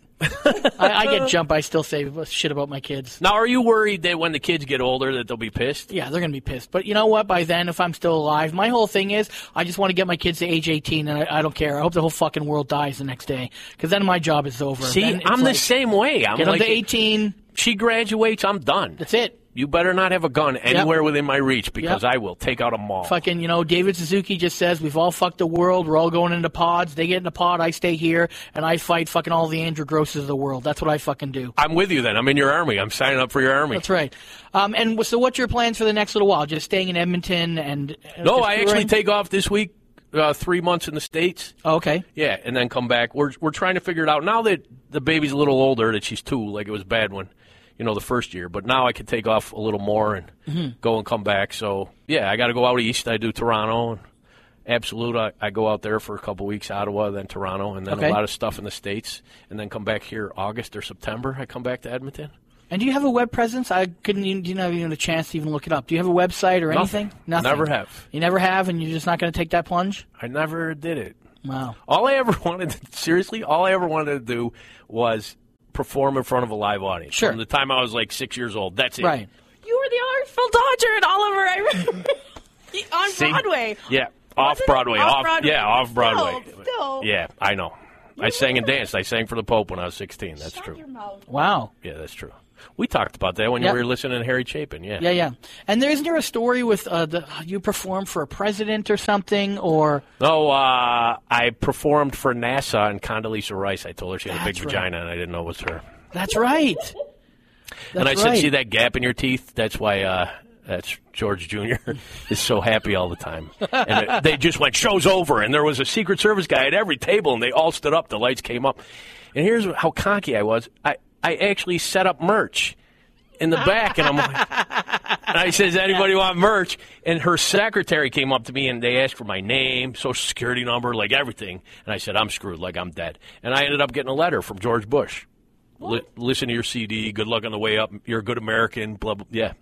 S4: I, I get jump I still say shit about my kids
S8: Now, are you worried that when the kids get older that they'll be pissed?
S4: Yeah, they're going to be pissed. But you know what? By then, if I'm still alive, my whole thing is I just want to get my kids to age 18, and I, I don't care. I hope the whole fucking world dies the next day, because then my job is over.
S8: See,
S4: Then it's
S8: I'm the
S4: like,
S8: same way. I'm
S4: Get
S8: like,
S4: them to 18.
S8: she graduates, I'm done.
S4: That's it.
S8: You better not have a gun anywhere within my reach because
S4: Yep.
S8: I will take out a mall.
S4: Fucking, you know, David Suzuki just says we've all fucked the world. We're all going into pods. They get in a pod. I stay here, and I fight fucking all the Andrew Grosses of the world. That's what I fucking do.
S8: I'm with you then. I'm in your army. I'm signing up for your army.
S4: That's right. Um, and wh- so, what's your plans for the next little while? Just staying in Edmonton and uh,
S8: No,
S4: just
S8: I actually
S4: touring?
S8: take off this week, uh, three months in the States.
S4: Oh, okay.
S8: Yeah, and then come back. We're we're trying to figure it out now that the baby's a little older. That she's two, like it was bad when, you know, the first year. But now I can take off a little more and
S4: Mm-hmm.
S8: go and come back. So yeah, I got to go out east. I do Toronto and Absolute. I, I go out there for a couple weeks, Ottawa, then Toronto, and then
S4: Okay.
S8: a lot of stuff in the states, and then come back here August or September. I come back to Edmonton.
S4: And do you have a web presence? I couldn't even, didn't have even a chance to even look it up. Do you have a website or
S8: Nothing.
S4: anything? Nothing.
S8: Never have.
S4: You never have, and you're just not going to take that plunge?
S8: I never did it.
S4: Wow.
S8: All I ever wanted, to, seriously, all I ever wanted to do was perform in front of a live audience.
S4: Sure.
S8: From the time I was like six years old, that's it.
S4: Right.
S7: You were the Artful Dodger and Oliver. I remember on
S8: See?
S7: Broadway.
S8: Yeah, off
S7: Wasn't it?
S8: Broadway.
S7: Off
S8: Off,
S7: Broadway.
S8: Yeah, off Broadway.
S7: Still, still.
S8: Yeah, I know. I sang and danced. I sang for the Pope when I was 16. That's
S7: Shut your
S8: true.
S7: mouth.
S4: Wow.
S8: Yeah, that's true. We talked about that when
S4: Yep.
S8: you were listening to Harry Chapin. Yeah.
S4: Yeah, yeah. And there isn't there a story with uh, the you performed for a president or something, or
S8: No, uh, I performed for NASA and Condoleezza Rice. I told her she had a big
S4: That's right.
S8: vagina, and I didn't know it was her.
S4: that's right.
S8: and I
S4: That's
S8: said,
S4: right.
S8: "See that gap in your teeth? That's why." Uh, that's George Jr. is so happy all the time. And it- they just went, show's over. And there was a Secret Service guy at every table, and they all stood up. The lights came up. And here's how cocky I was. I, I actually set up merch in the back, and I'm like, and I says, anybody want merch? And her secretary came up to me, and they asked for my name, social security number, like everything. And I said, I'm screwed, like I'm dead. And I ended up getting a letter from George Bush. Li- listen to your CD. Good luck on the way up. You're a good American. Blah blah. Yeah.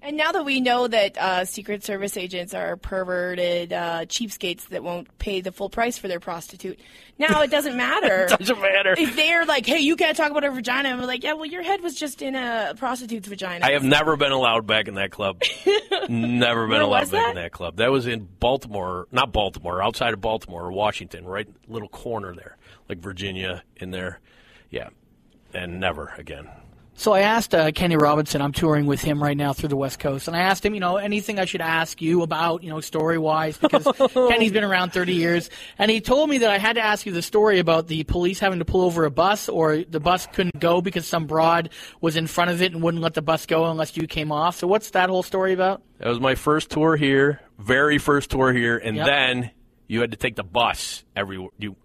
S7: And now that we know that uh, Secret Service agents are perverted uh, cheapskates that won't pay the full price for their prostitute, now it doesn't matter.
S8: Doesn't matter.
S7: If they're like, hey, you can't talk about her vagina, and we're like, yeah, well, your head was just in a prostitute's vagina.
S8: I have never been allowed back in that club. never been
S7: Where
S8: allowed
S7: was
S8: back in
S7: that?
S8: that club. That was in Baltimore, not Baltimore, outside of Baltimore, or Washington, right little corner there, like Virginia in there. Yeah, and never again.
S4: So I asked uh, Kenny Robinson. I'm touring with him right now through the West Coast, and I asked him, you know, anything I should ask you about, you know, story wise, because
S8: Oh.
S4: Kenny's been around 30 years, and he told me that I had to ask you the story about the police having to pull over a bus, or the bus couldn't go because some broad was in front of it and wouldn't let the bus go unless you came off. So what's that whole story about?
S8: That was my first tour here, very first tour here, and
S4: Yep.
S8: then you had to take the bus every you.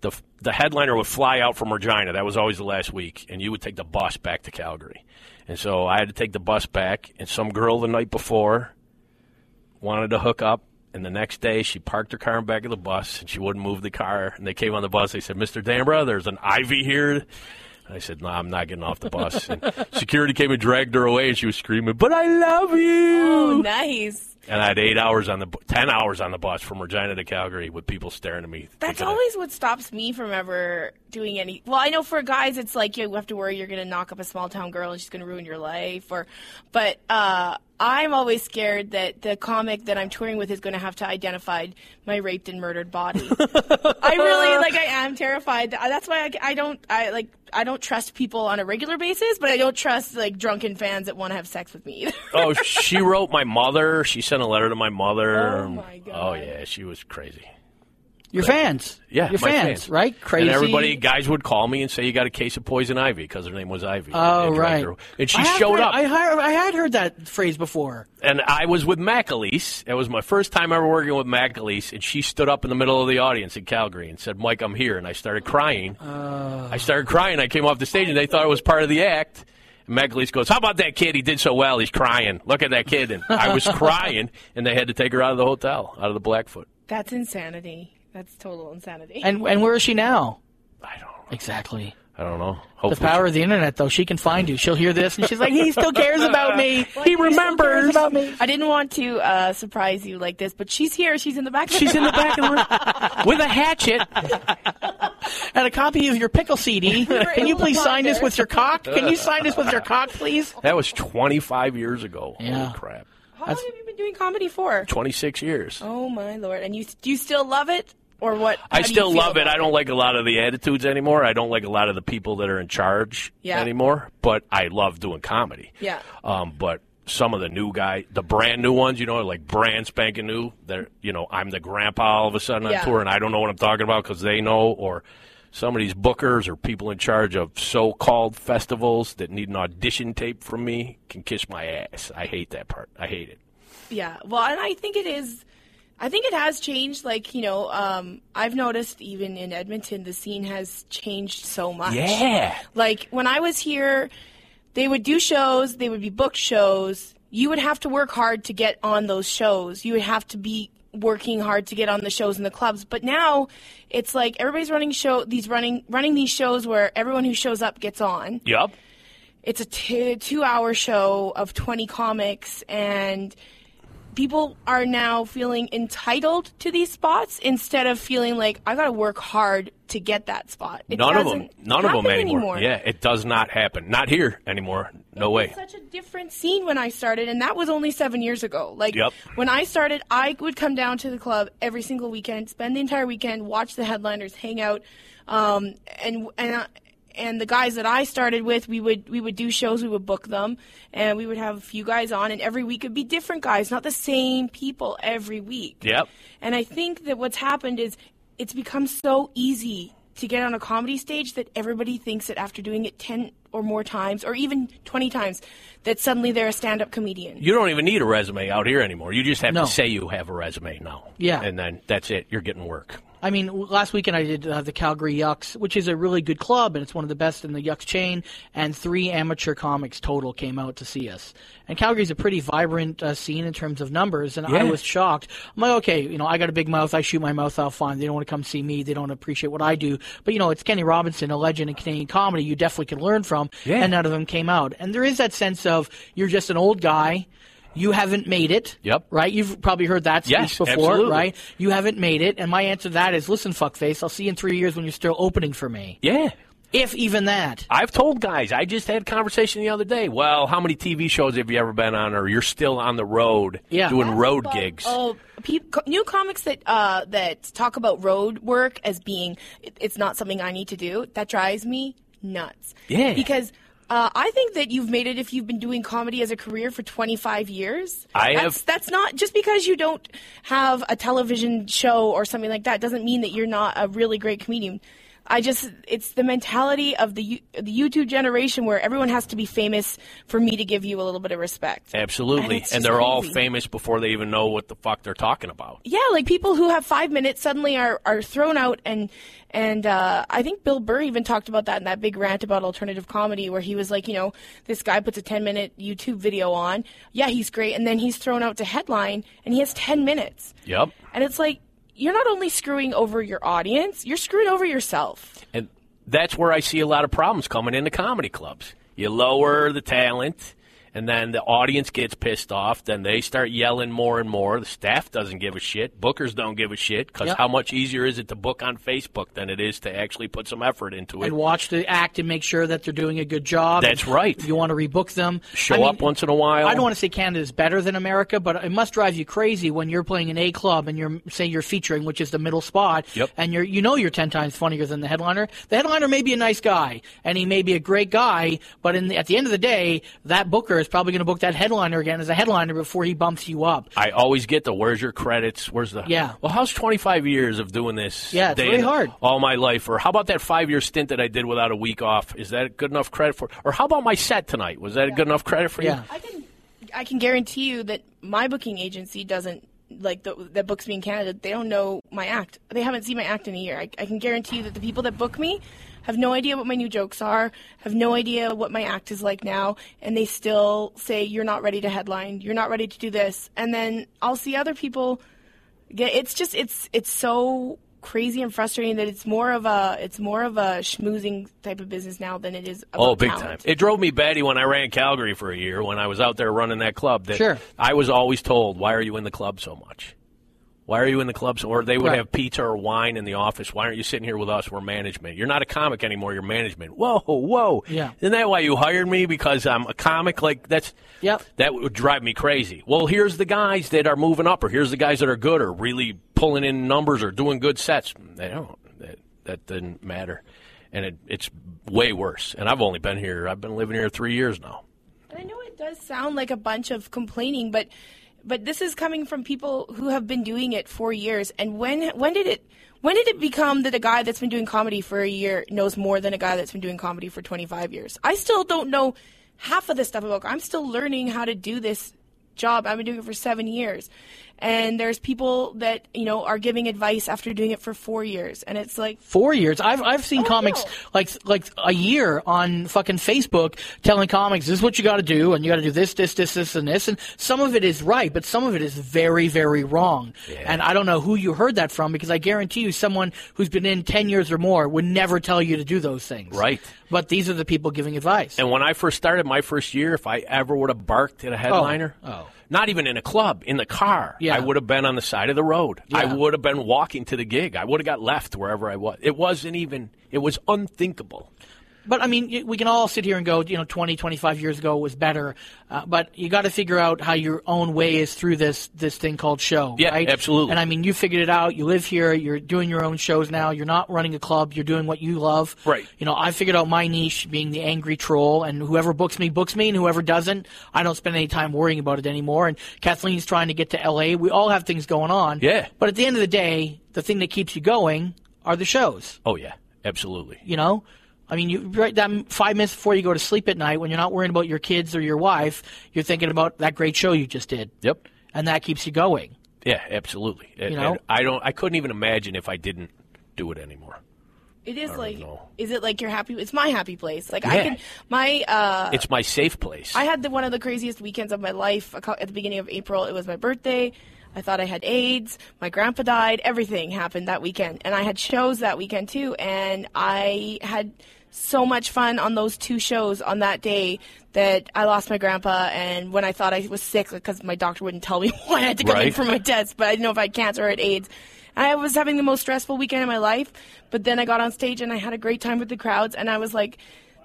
S8: The the headliner would fly out from Regina. That was always the last week, and you would take the bus back to Calgary. And so I had to take the bus back, and some girl the night before wanted to hook up. And the next day, she parked her car in back of the bus, and she wouldn't move the car. And they came on the bus. They said, "Mr. Dambra, there's an Ivy here." And I said, "No, I'm not getting off the bus." And security came and dragged her away, and she was screaming, "But I love you!"
S7: Oh, nice.
S8: And I had eight hours on the bu- ten hours on the bus from Regina to Calgary with people staring at me.
S7: That's
S8: thinking I-
S7: always what stops me from ever doing any. Well, I know for guys, it's like you have to worry you're going to knock up a small town girl and she's going to ruin your life. Or, but uh, I'm always scared that the comic that I'm touring with is going to have to identify my raped and murdered body. I really like. I am terrified. Th- That's why I, I don't. I like. I don't trust people on a regular basis, but I don't trust like drunken fans that want to have sex with me. Either.
S8: oh, she wrote my mother. She sent a letter to my mother.
S7: Oh, my God.
S8: Oh yeah, she was crazy.
S4: Your fans,
S8: Yeah,
S4: your
S8: my
S4: fans, right? Crazy.
S8: And everybody, guys would call me and say you got a case of poison ivy because her name was Ivy.
S4: Oh
S8: And they
S4: right,
S8: dragged her- And she
S4: I have
S8: showed
S4: heard-
S8: up.
S4: I, heard, I had heard that phrase before.
S8: and I was with McAleese. It was my first time ever working with McAleese, and she stood up in the middle of the audience in Calgary and said, "Mike, I'm here," and I started crying. I started crying. I came off the stage, and they thought it was part of the act. And McAleese goes, "How about that kid? He did so well. He's crying. Look at that kid." And I was crying, and they had to take her out of the hotel, out of the Blackfoot.
S7: That's insanity. That's total insanity.
S4: And and where is she now?
S8: I don't.
S4: Exactly.
S8: I don't know.
S4: The
S8: Hopefully
S4: power of the internet, though, she can find you. She'll hear this, and she's like, "He still cares about me. he remembers."
S7: about me. I didn't want to uh, surprise you like this, but she's here. She's in the back.
S8: She's in the back of the room with a hatchet.
S4: And a copy of your pickle CD. Can you
S7: able to
S4: please
S7: find
S4: sign this
S7: her.
S4: with your cock? Can you sign this with your cock, please?
S8: That was 25 years ago.
S4: Yeah.
S8: Holy crap.
S7: How long have you been doing comedy for?
S8: 26 years.
S7: Oh my lord! And you do you still love it or what?
S8: I
S7: how do you
S8: still
S7: feel
S8: love it.
S7: about
S8: I don't like a lot of the attitudes anymore. I don't like a lot of the people that are in charge
S7: Yeah.
S8: anymore. But I love doing comedy.
S7: Yeah.
S8: Um, but some of the new guy, the brand new ones, you know, like brand spanking new. They're you know, I'm the grandpa all of a sudden on
S7: Yeah.
S8: tour, and I don't know what I'm talking about because they know or. Some of these bookers or people in charge of so-called festivals that need an audition tape from me can kiss my ass. I hate that part. I hate it.
S7: Yeah. Well, and I think it is. I think it has changed. Like you know, um, I've noticed even in Edmonton, the scene has changed so much.
S8: Yeah.
S7: Like when I was here, they would do shows, they would be booked shows. You would have to work hard to get on those shows. You would have to be working hard to get on the shows in the clubs. But now it's like everybody's running show these running running these shows where everyone who shows up gets on.
S8: Yup.
S7: It's a t- 2-hour show of 20 comics and people are now feeling entitled to these spots instead of feeling like I got to work hard to get that spot. It
S8: none of them.
S7: doesn't
S8: None of them
S7: happen
S8: anymore.
S7: anymore.
S8: Yeah, it does not happen. Not here anymore. No way.
S7: It's such a different scene when I started, and that was only seven years ago. Like
S8: Yep.
S7: when I started, I would come down to the club every single weekend, spend the entire weekend, watch the headliners, hang out, um, and and. I, and the guys that I started with, we would we would do shows, we would book them, and we would have a few guys on, and every week it'd be different guys, not the same people every week.
S8: Yep.
S7: And I think that what's happened is it's become so easy to get on a comedy stage that everybody thinks that after doing it 10 or more times or even 20 times that suddenly they're a stand-up comedian.
S8: You don't even need a resume out here anymore. You just have
S4: No.
S8: to say you have a resume now.
S4: Yeah.
S8: And then that's it. You're getting work.
S4: I mean, w- last weekend I did uh, the Calgary Yucks, which is a really good club, and it's one of the best in the Yucks chain. And three amateur comics total came out to see us. And Calgary's a pretty vibrant uh, scene in terms of numbers, and I
S8: Yeah.
S4: was shocked. I'm like, okay, you know, I got a big mouth. I shoot my mouth out fine. They don't want to come see me. They don't appreciate what I do. But you know, it's Kenny Robinson, a legend in Canadian comedy. You definitely can learn from.
S8: Yeah.
S4: And none of them came out. And there is that sense of you're just an old guy. You haven't made it.
S8: Yep.
S4: Right. You've probably heard that speech
S8: Yes,
S4: before.
S8: absolutely.
S4: Right. You haven't made it, and my answer to that is, listen, fuckface, I'll see you in three years when you're still opening for me.
S8: Yeah.
S4: If even that.
S8: I've told guys, I just had a conversation the other day. Well, how many TV shows have you ever been on or you're still on the road
S4: Yeah.
S8: doing
S4: That's
S8: road
S7: But,
S8: gigs?
S7: Oh, peop co- new comics that uh, that talk about road work as being it, it's not something I need to do. That drives me nuts.
S8: Yeah.
S7: Because Uh, I think that you've made it if you've been doing comedy as a career for 25 years.
S8: I
S7: that's,
S8: have-
S7: That's not just because you don't have a television show or something like that doesn't mean that you're not a really great comedian. I just it's the mentality of the You- the YouTube generation where everyone has to be famous for me to give you a little bit of respect. And
S8: Absolutely.
S7: it's
S8: And,
S7: just
S8: they're all
S7: crazy.
S8: famous before they even know what the fuck they're talking about.
S7: Yeah, like people who have five minutes suddenly are, are thrown out, and and uh, I think Bill Burr even talked about that in that big rant about alternative comedy, where he was like, you know, this guy puts a ten minute YouTube video on, yeah, he's great, and then he's thrown out to headline, and he has ten minutes,
S8: Yep.
S7: and it's like you're not only screwing over your audience, you're screwing over yourself.
S8: And that's where I see a lot of problems coming into comedy clubs. You lower the talent, and then the audience gets pissed off. Then they start yelling more and more. The staff doesn't give a shit. Bookers don't give a shit because
S4: Yep.
S8: how much easier is it to book on Facebook than it is to actually put some effort into it?
S4: and watch the act and make sure that they're doing a good job.
S8: That's
S4: And
S8: right.
S4: You want to rebook them.
S8: Show
S4: I mean,
S8: up once in a while.
S4: I don't want to say Canada is better than America, but it must drive you crazy when you're playing an A club and you're say you're featuring, which is the middle spot,
S8: Yep.
S4: and you're you know you're ten times funnier than the headliner. The headliner may be a nice guy and he may be a great guy, but in the, at the end of the day, that booker is probably going to book that headliner again as a headliner before he bumps you up.
S8: I always get the where's your credits? Where's the
S4: Yeah.
S8: Well, how's 25 years of doing this?
S4: Yeah, it's
S8: day
S4: really
S8: in-
S4: hard.
S8: All my life, or how about that five year stint that I did without a week off? Is that good enough credit for? Or how about my set tonight? Was that a good enough credit for
S4: Yeah.
S8: you?
S7: I can I can guarantee you that my booking agency doesn't like the, that books me in Canada. They don't know my act. They haven't seen my act in a year. I, I can guarantee you that the people that book me have no idea what my new jokes are, have no idea what my act is like now, and they still say you're not ready to headline, you're not ready to do this. And then I'll see other people get it's just it's it's so crazy and frustrating that it's more of a it's more of a schmoozing type of business now than it is about
S8: Oh, big time.
S7: talent.
S8: It drove me batty when I ran Calgary for a year when I was out there running that club. That
S4: Sure.
S8: I was always told, why are you in the club so much? Why are you in the club? so-" Or they would
S4: Right.
S8: have pizza or wine in the office. Why aren't you sitting here with us? We're management. You're not a comic anymore. You're management. Whoa, whoa.
S4: Yeah.
S8: Isn't that why you hired me? Because I'm a comic? Like, that's.
S4: Yep.
S8: That would drive me crazy. Well, here's the guys that are moving up, or here's the guys that are good, or really pulling in numbers, or doing good sets. They don't. That, that didn't matter, and it, it's way worse. And I've only been here. I've been living here three years now.
S7: And I know it does sound like a bunch of complaining, but but this is coming from people who have been doing it for years. And when when did it when did it become that a guy that's been doing comedy for a year knows more than a guy that's been doing comedy for 25 years? I still don't know half of the stuff about. I'm still learning how to do this job. I've been doing it for seven years, and there's people that you know are giving advice after doing it for four years, and it's like
S4: four years. I've I've seen comics
S7: no.
S4: like like a year on fucking Facebook telling comics this is what you got to do and you got to do this this this this and this and some of it is right but some of it is very very wrong. And I don't know who you heard that from because I guarantee you someone who's been in 10 years or more would never tell you to do those things.
S8: Right.
S4: But these are the people giving advice.
S8: And when I first started my first year, if I ever would have barked at a headliner,
S4: oh.
S8: not even in a club, in the car,
S4: Yeah.
S8: I would have been on the side of the road.
S4: Yeah.
S8: I would have been walking to the gig. I would have got left wherever I was. It wasn't even. It was unthinkable.
S4: But I mean, y- we can all sit here and go, you know, 20, 25 years ago was better. Uh, but you got to figure out how your own way is through this this thing called show.
S8: Yeah,
S4: right?
S8: absolutely.
S4: And I mean, you figured it out. You live here. You're doing your own shows now. You're not running a club. You're doing what you love.
S8: Right.
S4: You know, I figured out my niche being the angry troll, and whoever books me books me, and whoever doesn't, I don't spend any time worrying about it anymore. And Kathleen's trying to get to L.A. We all have things going on.
S8: Yeah.
S4: But at the end of the day, the thing that keeps you going are the shows
S8: Oh yeah, absolutely.
S4: you know i mean you right that five minutes before you go to sleep at night when you're not worrying about your kids or your wife you're thinking about that great show you just did
S8: Yep.
S4: and that keeps you going
S8: Yeah, absolutely. And-
S4: know?
S8: and I don't. I couldn't even imagine if I didn't do it anymore.
S7: It is like,
S8: know.
S7: is it like your happy? It's my happy place. Like I
S8: Yeah.
S7: can, my uh,
S8: it's my safe place.
S7: I had the, one of the craziest weekends of my life a cou- at the beginning of April. It was my birthday. I thought I had AIDS. My grandpa died. Everything happened that weekend, and I had shows that weekend too. And I had so much fun on those two shows on that day that I lost my grandpa. And when I thought I was sick because my doctor wouldn't tell me why I had to come in
S8: Right.
S7: for my test, but I didn't know if I had cancer or had AIDS. I was having the most stressful weekend of my life, but then I got on stage and I had a great time with the crowds, and I was like,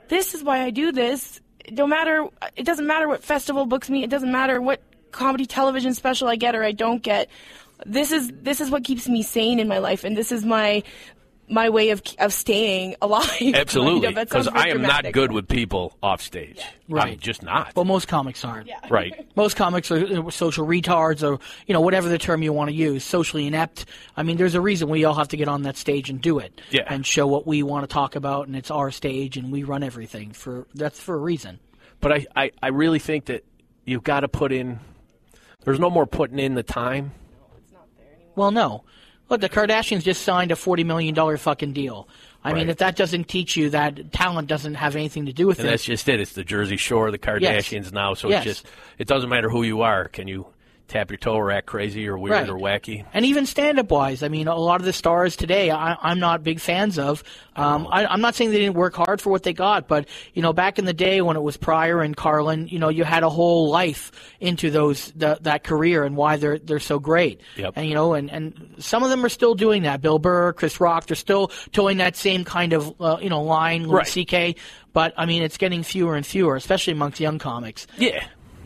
S7: "This is why I do this. No matter, it doesn't matter what festival books me. It doesn't matter what comedy television special I get or I don't get. This is this is what keeps me sane in my life, and this is my my way of of staying alive. kind of.
S8: Absolutely,
S7: That
S8: because
S7: sounds very
S8: I am not
S7: dramatic.
S8: good with people off stage. I'm
S4: Right.
S8: just not.
S4: Well, most comics aren't.
S8: Right.
S4: Most comics are uh, social retards, or you know whatever the term you want to use, socially inept. I mean, there's a reason we all have to get on that stage and do it,
S8: Yeah.
S4: and show what we want to talk about, and it's our stage, and we run everything for that's for a reason.
S8: But I, I, I really think that you've got to put in. There's no more putting in the time.
S4: Well, no. Look, the Kardashians just signed a forty million dollar fucking deal. I mean,
S8: Right.
S4: if that doesn't teach you that talent doesn't have anything to do with
S8: And
S4: it,
S8: that's just it. It's the Jersey Shore, the
S4: Yes.
S8: Kardashians now. So
S4: Yes.
S8: it's just it doesn't matter who you are. Can you tap your toe or act crazy or weird
S4: Right.
S8: or wacky?
S4: and even stand-up wise, I mean, a lot of the stars today, I, I'm not big fans of. Um, I, I'm not saying they didn't work hard for what they got, but you know, back in the day when it was Pryor and Carlin, you know, you had a whole life into those the, that career and why they're they're so great.
S8: Yep.
S4: And you know, and and some of them are still doing that. Bill Burr, Chris Rock, they're still towing that same kind of uh, you know line. Louis
S8: Right.
S4: C.K. But I mean, it's getting fewer and fewer, especially amongst young comics.
S8: Yeah.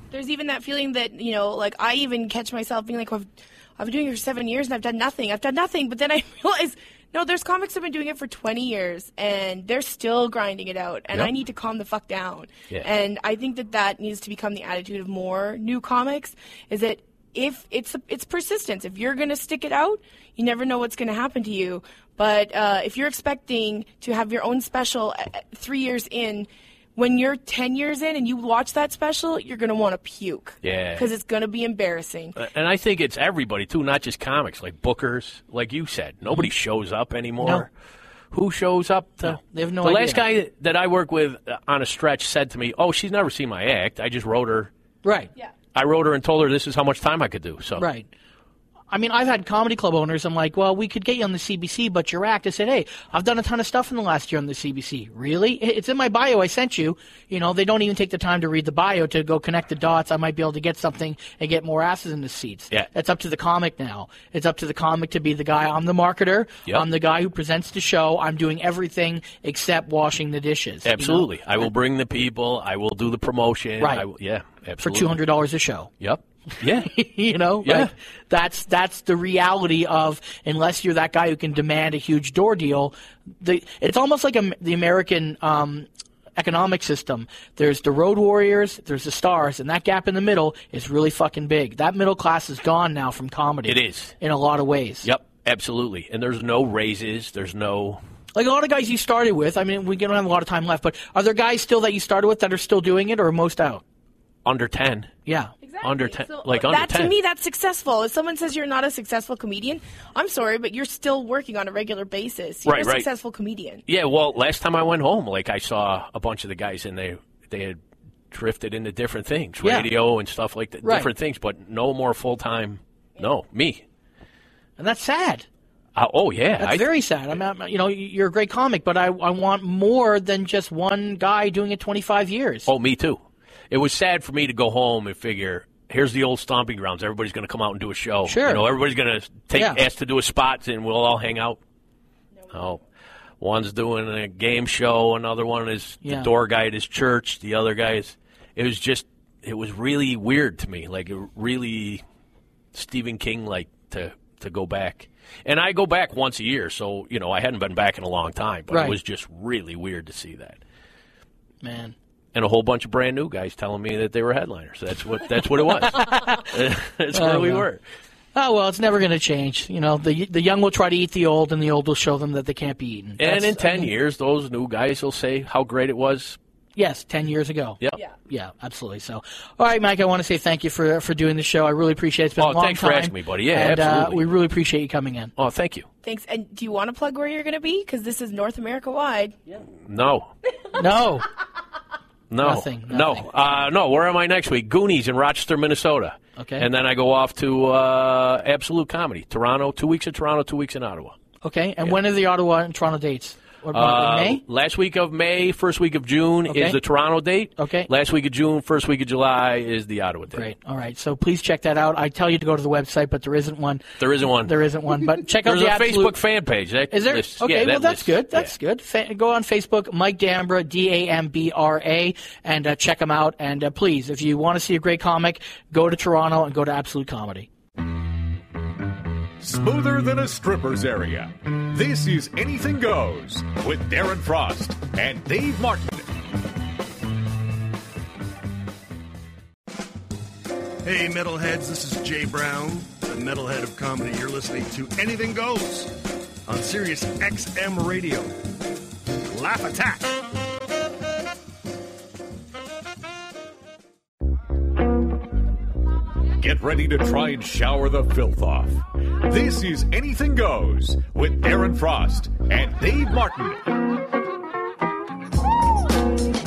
S7: There's even that feeling that you know, like I even catch myself being like, well, I've, I've been doing it for seven years and I've done nothing. I've done nothing, but then I realize. No, there's comics that have been doing it for 20 years and they're still grinding it out, and
S8: Yep.
S7: I need to calm the fuck down.
S8: Yeah.
S7: And I think that that needs to become the attitude of more new comics is that if it's it's persistence. If you're going to stick it out, you never know what's going to happen to you. But uh, if you're expecting to have your own special uh, uh, three years in, when you're 10 years in and you watch that special, you're going to want to puke.
S8: Yeah.
S7: Because it's going to be embarrassing.
S8: And I think it's everybody too, not just comics, like bookers, like you said. Nobody shows up anymore. Who shows up? To,
S4: they have Mm-hmm. no
S8: The
S4: idea.
S8: last guy that I work with uh, on a stretch said to me, "Oh, she's never seen my act. I just wrote her.
S4: Right.
S8: I wrote her and told her this is how much time I could do." So
S4: Right. I mean, I've had comedy club owners. I'm like, well, we could get you on the CBC, but your act. I said, hey, I've done a ton of stuff in the last year on the CBC. Really? I- It's in my bio. I sent you. You know, they don't even take the time to read the bio to go connect the dots. I might be able to get something and get more asses in the seats.
S8: Yeah.
S4: That's up to the comic now. It's up to the comic to be the guy. I'm the marketer.
S8: Yep.
S4: I'm the guy who presents the show. I'm doing everything except washing the dishes. you know?
S8: Absolutely. I will bring the people. I will do the promotion.
S4: Right.
S8: I will, yeah.
S4: For
S8: Absolutely.
S4: two hundred dollars a show.
S8: Yep. Yeah.
S4: you know
S8: Yeah.
S4: like, that's that's the reality of unless you're that guy who can demand a huge door deal the it's almost like a, the american um economic system there's the road warriors there's the stars and that gap in the middle is really fucking big that middle class is gone now from comedy
S8: It is.
S4: in a lot of ways
S8: yep. Absolutely. And there's no raises. There's no.
S4: like a lot of guys you started with i mean we don't have a lot of time left but are there guys still that you started with that are still doing it or are most out
S8: under 10.
S4: yeah
S8: Under 10. like under
S7: that
S8: 10.
S7: to me, that's successful. If someone says you're not a successful comedian, I'm sorry, but you're still working on a regular basis. You're
S8: Right,
S7: a
S8: right.
S7: successful comedian.
S8: yeah, well, last time I went home, like I saw a bunch of the guys and they they had drifted into different things,
S4: Yeah.
S8: radio and stuff like that,
S4: Right.
S8: different things, but no more full-time. No, me.
S4: and that's sad
S8: Uh, oh yeah,
S4: That's
S8: I,
S4: very sad. I'm, I'm, you know, you're a great comic, but I, I want more than just one guy doing it 25 years.
S8: Oh, me too. It was sad for me to go home and figure. Here's the old stomping grounds. Everybody's going to come out and do a show.
S4: Sure.
S8: You know, everybody's going to take
S4: Yeah.
S8: ask to do a spot, and we'll all hang out. No. One's doing a game show. Another one is
S4: Yeah.
S8: the door guy at his church. The other guy is. It was just. It was really weird to me. Like it really, Stephen King like to to go back. And I go back once a year, so you know I hadn't been back in a long time. But
S4: Right.
S8: it was just really weird to see that
S4: Man.
S8: and a whole bunch of brand new guys telling me that they were headliners. That's what that's what it was. that's where we were.
S4: Oh, well, it's never going to change. You know, the the young will try to eat the old, and the old will show them that they can't be eaten.
S8: And
S4: That's-
S8: in
S4: I
S8: ten
S4: mean,
S8: years, those new guys will say how great it was.
S4: Yes, 10 years ago.
S8: Yep.
S4: Yeah, absolutely. So, all right, Mike, I want to say thank you for for doing the show. I really appreciate it. It's been a
S8: Oh,
S4: long
S8: thanks for
S4: time.
S8: asking me, buddy. Yeah,
S4: and, uh,
S8: absolutely.
S4: we really appreciate you coming in.
S8: Oh, thank you.
S7: Thanks. And do you want to plug where you're going to be? Because this is North America wide.
S8: No.
S4: No.
S8: No,
S4: Nothing, nothing.
S8: no, uh, no. Where am I next week? Goonies in Rochester, Minnesota.
S4: Okay.
S8: and then I go off to uh, Absolute Comedy, Toronto. Two weeks in Toronto, two weeks in Ottawa.
S4: Okay. And when are the Ottawa and Toronto dates? What,
S8: Uh,
S4: about in May?
S8: Last week of May, first week of June
S4: Okay.
S8: is the Toronto date.
S4: Okay.
S8: Last week of June, first week of July is the Ottawa date.
S4: Great. All right. So please check that out. I tell you to go to the website, but there isn't one.
S8: There isn't one.
S4: There isn't one, but check out
S8: There's
S4: the
S8: a
S4: absolute.
S8: Facebook fan page. That
S4: Is there?
S8: lists-
S4: okay,
S8: yeah,
S4: well
S8: that
S4: that's
S8: lists-
S4: good.
S8: yeah.
S4: That's good. Fa- go on Facebook, Mike Dambra, D A M B R A, and uh, check him out. And uh, please, if you want to see a great comic, go to Toronto and go to Absolute Comedy.
S2: Smoother than a stripper's area. This is Anything Goes with Darren Frost and Dave Martin.
S9: Hey, metalheads, this is Jay Brown, the metalhead of comedy. You're listening to Anything Goes on Sirius XM Radio. Laugh Attack.
S2: Get ready to try and shower the filth off. This is Anything Goes with Darren Frost and Dave Martin.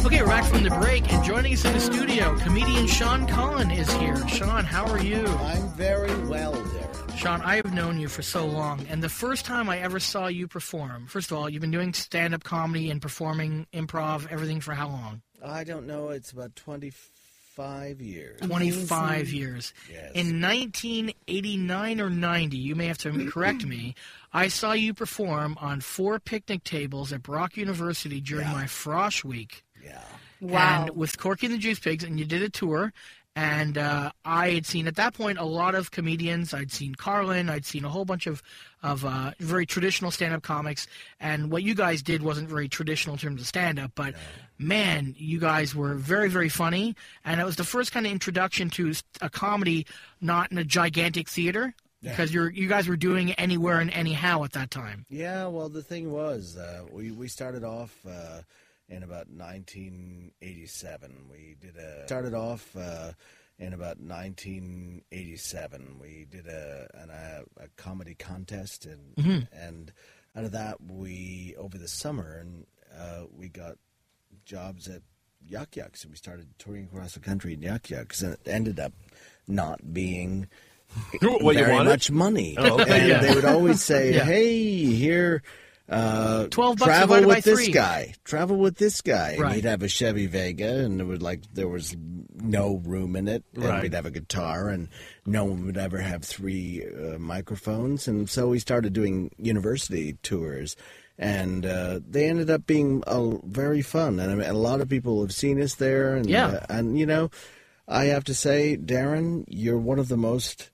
S4: Okay, we're back from the break, and joining us in the studio, comedian Sean Cullen is here. Sean, how are you?
S10: I'm very well, Darren.
S4: Sean, I have known you for so long, and the first time I ever saw you perform, first of all, you've been doing stand up comedy and performing improv, everything for how long?
S10: I don't know. It's about 25 years.
S4: 25 years. In 1989 or 90, you may have to correct me, I saw you perform on four picnic tables at Brock University during my Frosh Week.
S10: Yeah.
S7: Wow.
S4: And with Corky and the Juice Pigs, and you did a tour. And uh, I had seen at that point a lot of comedians. I'd seen Carlin. I'd seen a whole bunch of of uh, very traditional stand up comics. And what you guys did wasn't very traditional in terms of stand up, but man, you guys were very very funny. And it was the first kind of introduction to s- a comedy, not in a gigantic theater, because you're you guys were doing it anywhere and anyhow at that time.
S10: Yeah, well, the thing was, uh, we, we started off uh, in about 1987. We did a. Started off. Uh, in about 1987, we did a an, a, a comedy contest, and and out of that, we over the summer, and uh, we got jobs at Yuck Yucks, and we started touring across the country in Yuck Yucks, and it ended up not being
S8: what you
S10: very
S8: wanted? Oh,
S10: much money. and they would always say, "Hey, here." Uh,
S4: 12 bucks
S10: travel
S4: divided
S10: with
S4: by
S10: this
S4: three.
S10: guy. Travel with this guy. And
S4: Right.
S10: he'd have a Chevy Vega, and it would like there was no room in it. And
S8: Right.
S10: we'd have a guitar, and no one would ever have three uh, microphones. And so we started doing university tours, and uh, they ended up being uh, very fun. And I mean, a lot of people have seen us there. And
S4: Yeah.
S10: uh, and you know, I have to say, Darren, you're one of the most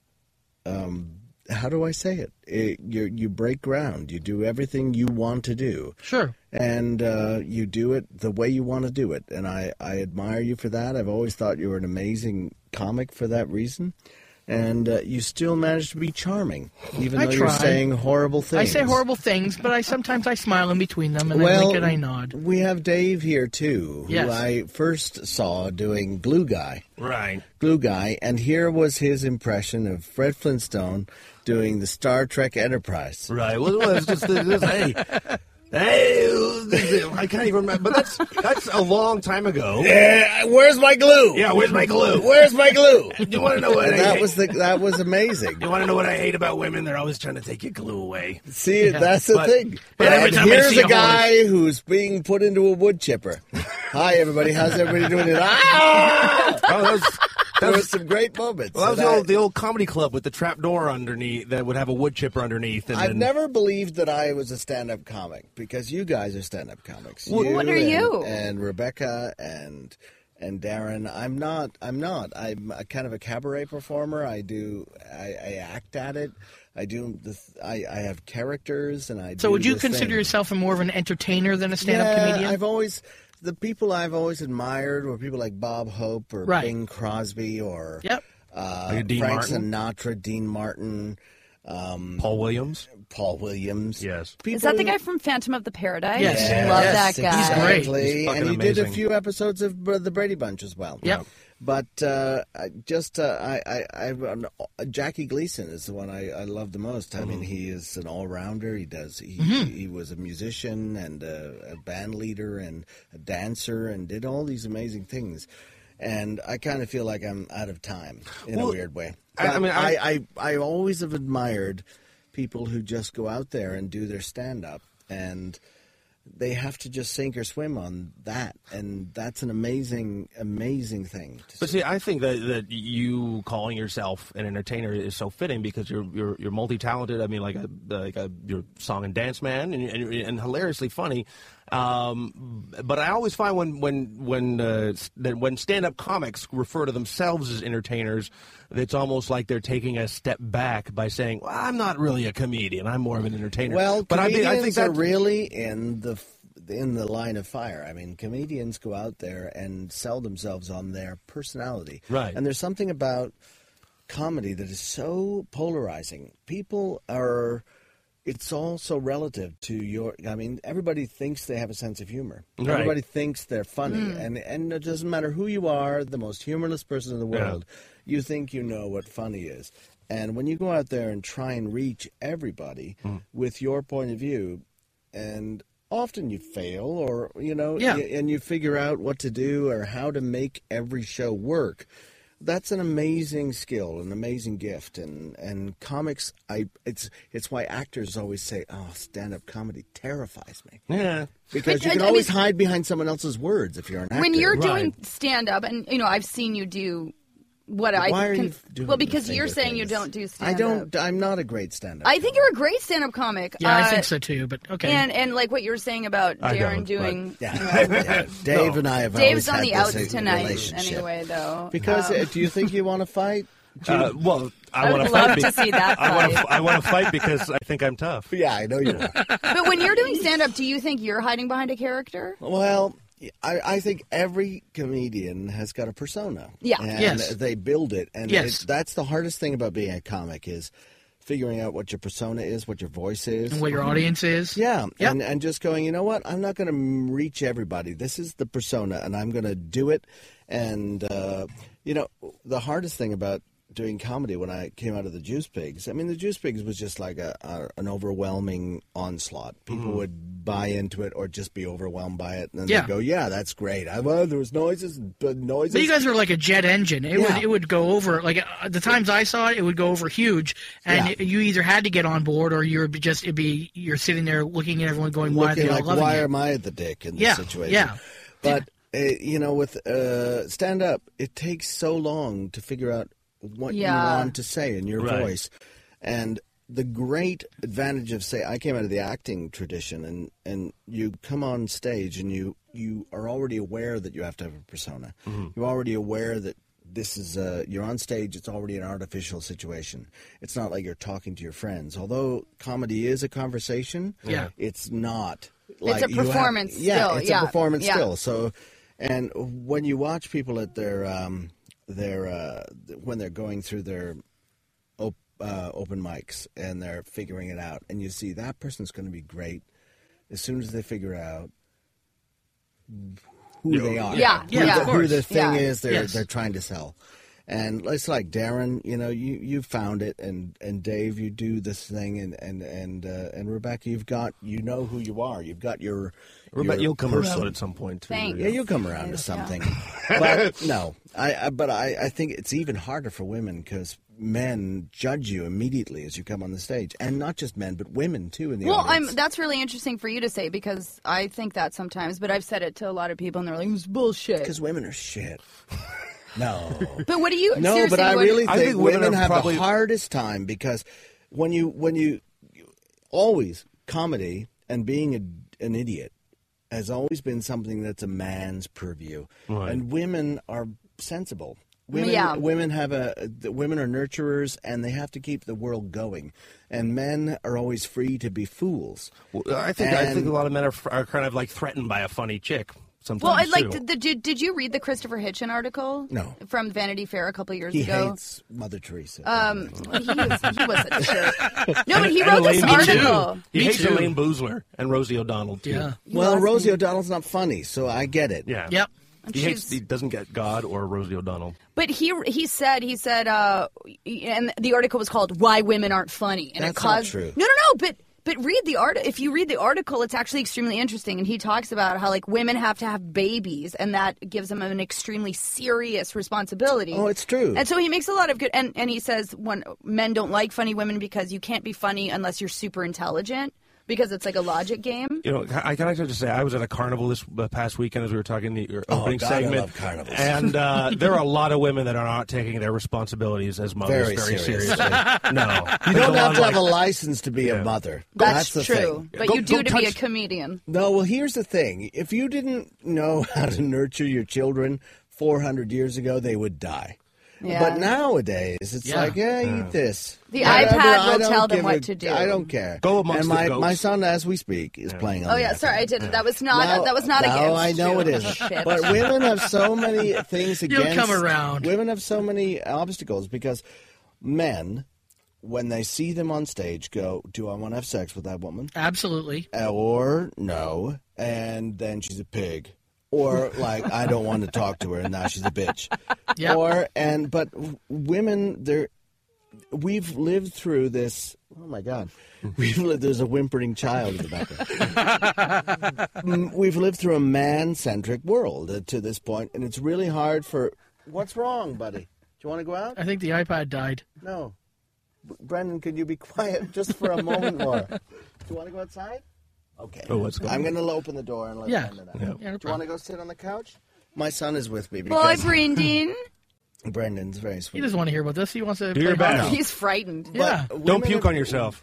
S10: um, how do I say it? it you you break ground. You do everything you want to do,
S4: Sure.
S10: and uh, you do it the way you want to do it. And I I admire you for that. I've always thought you were an amazing comic for that reason, and uh, you still manage to be charming, even
S4: I
S10: though you're
S4: try.
S10: saying horrible things.
S4: I say horrible things, but I sometimes I smile in between them and I
S10: Well,
S4: wink and I nod.
S10: we have Dave here too, who
S4: Yes.
S10: I first saw doing Glue Guy.
S8: Right.
S10: Glue Guy, and here was his impression of Fred Flintstone doing the Star Trek Enterprise.
S5: Right. Well, well, it's just, it's just hey, hey, I can't even remember. But that's that's a long time ago.
S10: Yeah, where's my glue?
S5: Yeah, where's my glue?
S10: Where's my glue?
S5: You want to know what I
S10: that
S5: hate?
S10: was the, that was amazing.
S5: You want to know what I hate about women? They're always trying to take your glue away.
S10: See, that's the
S5: But-
S10: thing.
S5: but every
S10: and
S5: time I
S10: here's
S5: see
S10: a
S5: a
S10: guy who's being put into a wood chipper. Hi, everybody. How's everybody doing? It? Ah!
S5: Oh, that was,
S10: There were some great moments.
S5: well, that was
S10: and
S5: the
S10: I-
S5: old, the old comedy club with the trap door underneath that would have a wood chipper underneath. And
S10: I've
S5: then,
S10: never believed that I was a stand-up comic because you guys are stand-up comics.
S7: What are
S10: and,
S7: you?
S10: And Rebecca and and Darren. I'm not. I'm not. I'm a kind of a cabaret performer. I do. I, I act at it. I do. The, th- I I have characters and I.
S4: So
S10: do
S4: would you
S10: this
S4: consider
S10: thing.
S4: yourself a more of an entertainer than a stand-up
S10: yeah,
S4: comedian?
S10: I've always the people I've always admired were people like Bob Hope or
S4: Right.
S10: Bing Crosby or
S4: Yep.
S10: uh,
S5: Like a Dean
S10: Frank
S5: Martin?
S10: Sinatra, Dean Martin,
S5: Paul Williams.
S10: Paul Williams.
S5: Yes.
S10: People
S11: Is that the
S10: who-
S11: guy from Phantom of the Paradise?
S4: Yes.
S10: Yes,
S11: Love that guy.
S4: He's great.
S10: exactly.
S5: He's fucking
S10: and he did a
S5: amazing.
S10: few episodes of Br- the Brady Bunch as well.
S4: Yep.
S10: But uh, I just uh, I, I, I an, Jackie Gleason is the one I, I love the most. I
S5: Mm-hmm.
S10: mean, he is an all rounder. He does. He, he was a musician and a, a band leader and a dancer and did all these amazing things. And I kind of feel like I'm out of time in a
S5: Well,
S10: weird way.
S5: I- I
S10: But
S5: mean, I-
S10: I, I always have admired people who just go out there and do their stand up and they have to just sink or swim on that and that's an amazing amazing thing to
S5: But see, I think that, that you calling yourself an entertainer is so fitting because you're you're, you're multi talented. I mean, like a like a you're a song and dance man, and, and, and hilariously funny. Um, but I always find when when when uh, s- that when stand up comics refer to themselves as entertainers, it's almost like they're taking a step back by saying, well, "I'm not really a comedian. I'm more of an entertainer."
S10: Well,
S5: but I, mean,
S10: comedians
S5: I think
S10: are
S5: that
S10: really in the f- in the line of fire. I mean, comedians go out there and sell themselves on their personality.
S5: Right.
S10: And there's something about comedy that is so polarizing. People are. It's all so relative to your. I mean, everybody thinks they have a sense of humor.
S5: Right.
S10: Everybody thinks they're funny,
S5: Mm.
S10: and and it doesn't matter who you are, the most humorless person in the
S5: Yeah.
S10: world, you think you know what funny is. And when you go out there and try and reach everybody with your point of view, and often you fail, or you know,
S4: Yeah.
S10: y- and you figure out what to do or how to make every show work. That's an amazing skill, an amazing gift, and and comics. I it's it's why actors always say, "Oh, stand up comedy terrifies me."
S5: Yeah,
S10: because
S11: But
S10: you
S11: I-
S10: can
S11: I
S10: always
S11: mean-
S10: hide behind someone else's words if you're an actor.
S11: when you're doing stand up, and you know, I've seen you do what I
S10: Why are
S11: can,
S10: you doing
S11: well because you're
S10: finger
S11: saying you
S10: things?
S11: don't do stand
S10: I
S11: up.
S10: don't. I'm not a great stand-up.
S11: I think you're a great stand up comic.
S4: Yeah, I
S11: Uh,
S4: think so too. But okay.
S11: And and like what you were saying about
S10: I
S11: Darren
S10: don't,
S11: doing.
S10: but- Yeah. Dave and I have
S11: Dave's
S10: always
S11: on
S10: had
S11: the
S10: this,
S11: outs
S10: uh,
S11: tonight,
S10: relationship.
S11: anyway, though.
S10: Because
S11: Um,
S10: uh, do you think you want to fight? Do you-
S5: Uh, well, I,
S11: I
S5: want
S11: would
S5: to fight.
S11: love
S5: be-
S11: to see that
S5: I want
S11: fight.
S5: to. I want to fight because I think I'm tough.
S10: Yeah, I know you.
S11: but when you're doing stand up, do you think you're hiding behind a character?
S10: Well, I, I think every comedian has got a persona.
S11: Yeah.
S10: And
S11: Yes.
S10: They build it, and
S4: Yes.
S10: it- that's the hardest thing about being a comic is figuring out what your persona is, what your voice is,
S4: And what your audience is.
S10: Yeah. And and just going, you know what? I'm not going to reach everybody. This is the persona, and I'm going to do it. And uh, you know, the hardest thing about doing comedy when I came out of the Juice Pigs, I mean, the Juice Pigs was just like a, a an overwhelming onslaught. People
S5: Mhm.
S10: would buy into it or just be overwhelmed by it, and then
S4: Mm-hmm. Yeah.
S10: they go, "Yeah, that's great." I, well, there was noises, but noises.
S4: But you guys were like a jet engine. It
S10: Yeah.
S4: would it would go over like uh, the times I saw it, it would go over huge, and
S10: Yeah.
S4: it- you either had to get on board or you would be just it'd be you're sitting there looking at everyone going, why are
S10: looking
S4: they all
S10: like,
S4: loving
S10: why
S4: it?
S10: am I the dick in this
S4: Yeah,
S10: situation?
S4: yeah.
S10: But uh, you know, with uh, stand up, it takes so long to figure out what
S11: Yeah.
S10: you want to say in your
S5: Right.
S10: voice, and the great advantage of say I came out of the acting tradition, and and you come on stage and you you are already aware that you have to have a persona. You're already aware that this is uh you're on stage it's already an artificial situation it's not like you're talking to your friends although comedy is a conversation
S11: Yeah.
S10: it's not
S11: It's
S10: like
S11: a
S10: you have-
S11: performance
S10: yeah
S11: still,
S10: it's
S11: yeah,
S10: a performance
S11: yeah.
S10: still so and when you watch people at their um their uh when they're going through their op- uh, open mics and they're figuring it out and you see that person's going to be great as soon as they figure out who
S5: Yeah.
S10: they are
S5: Yeah,
S10: who,
S5: yeah,
S10: the,
S5: of
S10: who the
S5: course, yeah.
S10: thing is they're,
S5: Yes.
S10: they're trying to sell and it's like Darren, you know, you, you found it, and, and Dave, you do this thing, and and and uh, and Rebecca, you've got you know who you are, you've got your
S5: Rebecca,
S10: your
S5: you'll come
S10: person.
S5: around at some point too.
S11: Thanks.
S10: Yeah, you'll come around to something. but no, I, I but I, I think it's even harder for women because men judge you immediately as you come on the stage, and not just men, but women too in the
S11: Well,
S10: audience.
S11: I'm. That's really interesting for you to say because I think that sometimes, but I've said it to a lot of people, and they're like, "It's bullshit."
S10: because women are shit. no.
S11: But what do you?
S10: No,
S11: seriously,
S10: but I
S11: what-
S10: really
S5: I
S10: think,
S5: think women
S10: women,
S5: are
S10: have
S5: probably-
S10: the hardest time because when you when you, you- always comedy and being a, an idiot has always been something that's a man's purview,
S5: Right.
S10: and women are sensible. Women,
S11: Yeah.
S10: women have a the women are nurturers and they have to keep the world going, and men are always free to be fools.
S5: Well, I think I think
S10: And-
S5: a lot of men are, fr- are kind of like threatened by a funny chick sometimes.
S11: Well, I like.
S5: too.
S11: Did, did, did you read the Christopher Hitchin article?
S10: No.
S11: From Vanity Fair a couple years
S10: He
S11: ago.
S10: hates Mother Teresa.
S11: Um, he was, he was a jerk. No, but he
S5: And
S11: wrote this
S5: Elaine Boozler.
S11: article.
S5: He
S4: Me
S5: hates
S4: too.
S5: Elaine Boozler and Rosie O'Donnell too.
S4: Yeah.
S10: well, Rosie O'Donnell's not funny, so I get it.
S5: Yeah.
S4: Yep.
S5: He hates.
S11: She's-
S5: He doesn't get God or Rosie O'Donnell.
S11: But he he said he said uh, and the article was called "Why Women Aren't Funny," and it
S10: That's not
S11: caused
S10: true.
S11: no no no. But but read the art. If you read the article, it's actually extremely interesting. And he talks about how like women have to have babies, and that gives them an extremely serious responsibility.
S10: Oh, it's true.
S11: And so he makes a lot of good. And and he says when men don't like funny women because you can't be funny unless you're super intelligent. because it's like a logic game.
S5: You know, can I can I just say I was at a carnival this uh, past weekend as we were talking the your
S11: Oh,
S5: opening
S11: God, I
S5: segment,
S11: love carnivals.
S5: and uh, there are a lot of women that are not taking their responsibilities as mothers
S10: Very seriously.
S5: no,
S10: You
S5: There's
S10: don't
S5: a lot
S10: have
S5: of,
S10: to have a
S5: like-
S10: license to be a mother.
S11: That's,
S10: the
S11: true,
S10: thing.
S11: but
S10: Go-
S11: you do
S10: go
S11: to be a
S10: touch-
S11: comedian.
S10: No, well, here's the thing. If you didn't know how to nurture your children 400 years ago, they would die.
S11: Yeah.
S10: But nowadays, it's
S11: Yeah.
S10: like, yeah,
S11: Yeah.
S10: eat this.
S11: The
S10: Whatever,
S11: iPad
S10: I
S11: will
S10: don't
S11: tell them
S10: give
S11: what
S10: a-
S11: to do.
S10: I don't care.
S5: Go amongst
S10: and
S5: the
S10: my,
S5: goats.
S10: my son, as we speak, is playing on
S11: Oh
S10: the
S11: yeah,
S10: iPad.
S11: sorry, I didn't. That was not. that was not a
S10: No,
S11: gift.
S10: I know it isn't.
S11: Shit.
S10: But women have so many things
S11: You'll
S10: against.
S11: come around.
S10: Women have so many obstacles because men, when they see them on stage, go, "Do I want to have sex with that woman?"
S4: Absolutely.
S10: Or no, and then she's a pig. Or like, I don't want to talk to her, and now she's a bitch. Or and but w- women, they're we've lived through this. Oh my God, we've lived. There's a whimpering child in the background. Mm, we've lived through a man-centric world uh, to this point, and it's really hard for. What's wrong, buddy? Do you want to go out?
S4: I think the iPad died.
S10: No, B- Brendan, could you be quiet just for a moment, Laura? Do you want to go outside? Okay.
S5: Oh, what's going
S10: I'm
S5: on?
S10: going to open the door and let
S5: Yeah.
S10: Brendan out.
S5: Yeah. Yeah, no
S10: Do you want to go sit on the couch? My son is with me.
S11: Boy,
S10: Because
S11: Brendan,
S10: Brendan's very sweet.
S4: He doesn't want to hear about this. He wants to
S10: Do
S4: play
S10: your
S4: hockey.
S10: best.
S11: he's frightened.
S10: But women-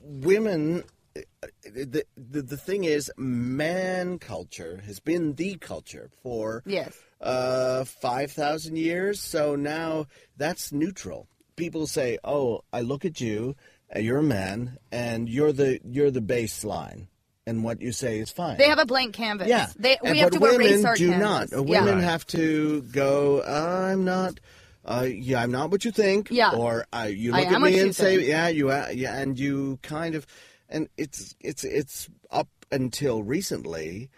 S10: Women, uh, the, the the thing is, man culture has been the culture for
S11: Yes.
S10: uh, five thousand years. So now that's neutral. People say, "Oh, I look at you. uh, You're a man, and you're the you're the baseline, and what you say is fine."
S11: They have a blank canvas.
S10: Yeah,
S11: They,
S10: And-
S11: we have
S10: but
S11: to wear
S10: women
S11: race our
S10: do
S11: canvas.
S10: not. Uh,
S11: yeah.
S10: Women have to go. I'm not. Uh, yeah, I'm not what you think.
S11: Yeah.
S10: Or uh, you
S11: I
S10: look
S11: am
S10: at
S11: what
S10: me
S11: you
S10: and say,
S11: think.
S10: yeah, you, are, yeah, and you kind of, and it's it's it's up until recently,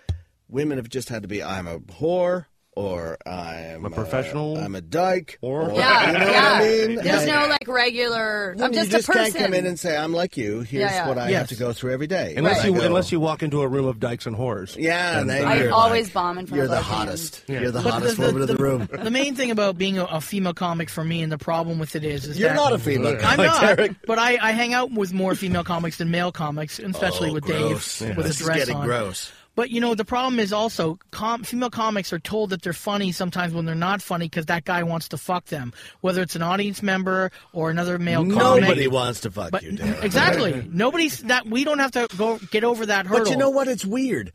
S10: women have just had to be. I'm a whore. Or I'm a professional. I'm a dyke. Or,
S11: Yeah,
S10: you know
S11: yeah.
S10: what I mean.
S11: There's
S10: Like-
S11: no like regular. I'm
S10: you
S11: just,
S10: just
S11: a person.
S10: can't come in and say I'm like you. Here's
S11: Yeah, yeah.
S10: what I
S5: Yes.
S10: have to go through every day.
S5: Unless
S10: I
S5: you
S10: go,
S5: unless you walk into a room of dykes and uh, whores.
S10: Yeah, and then
S11: I
S10: you're
S11: always
S10: like,
S11: bomb in front
S10: You're
S11: of
S10: the
S11: lesbians.
S10: hottest. You're the
S4: But
S10: hottest woman in the room.
S4: The main thing about being a, a female comic for me and the problem with it is, is
S10: You're
S4: that-
S10: not a female
S4: I'm
S10: comic,
S4: not,
S10: Eric.
S4: but I, I hang out with more female comics than male comics, and especially
S10: Oh,
S4: with
S10: gross.
S4: Dave
S10: Yeah.
S4: with a
S10: This is
S4: dress
S10: getting
S4: on.
S10: gross.
S4: But you know the problem is also com- female comics are told that they're funny sometimes when they're not funny because that guy wants to fuck them, whether it's an audience member or another male comic.
S10: Nobody wants to fuck you, Dan.
S4: Exactly. Nobody's that we don't have to go get over that hurdle.
S10: But you know what? It's weird.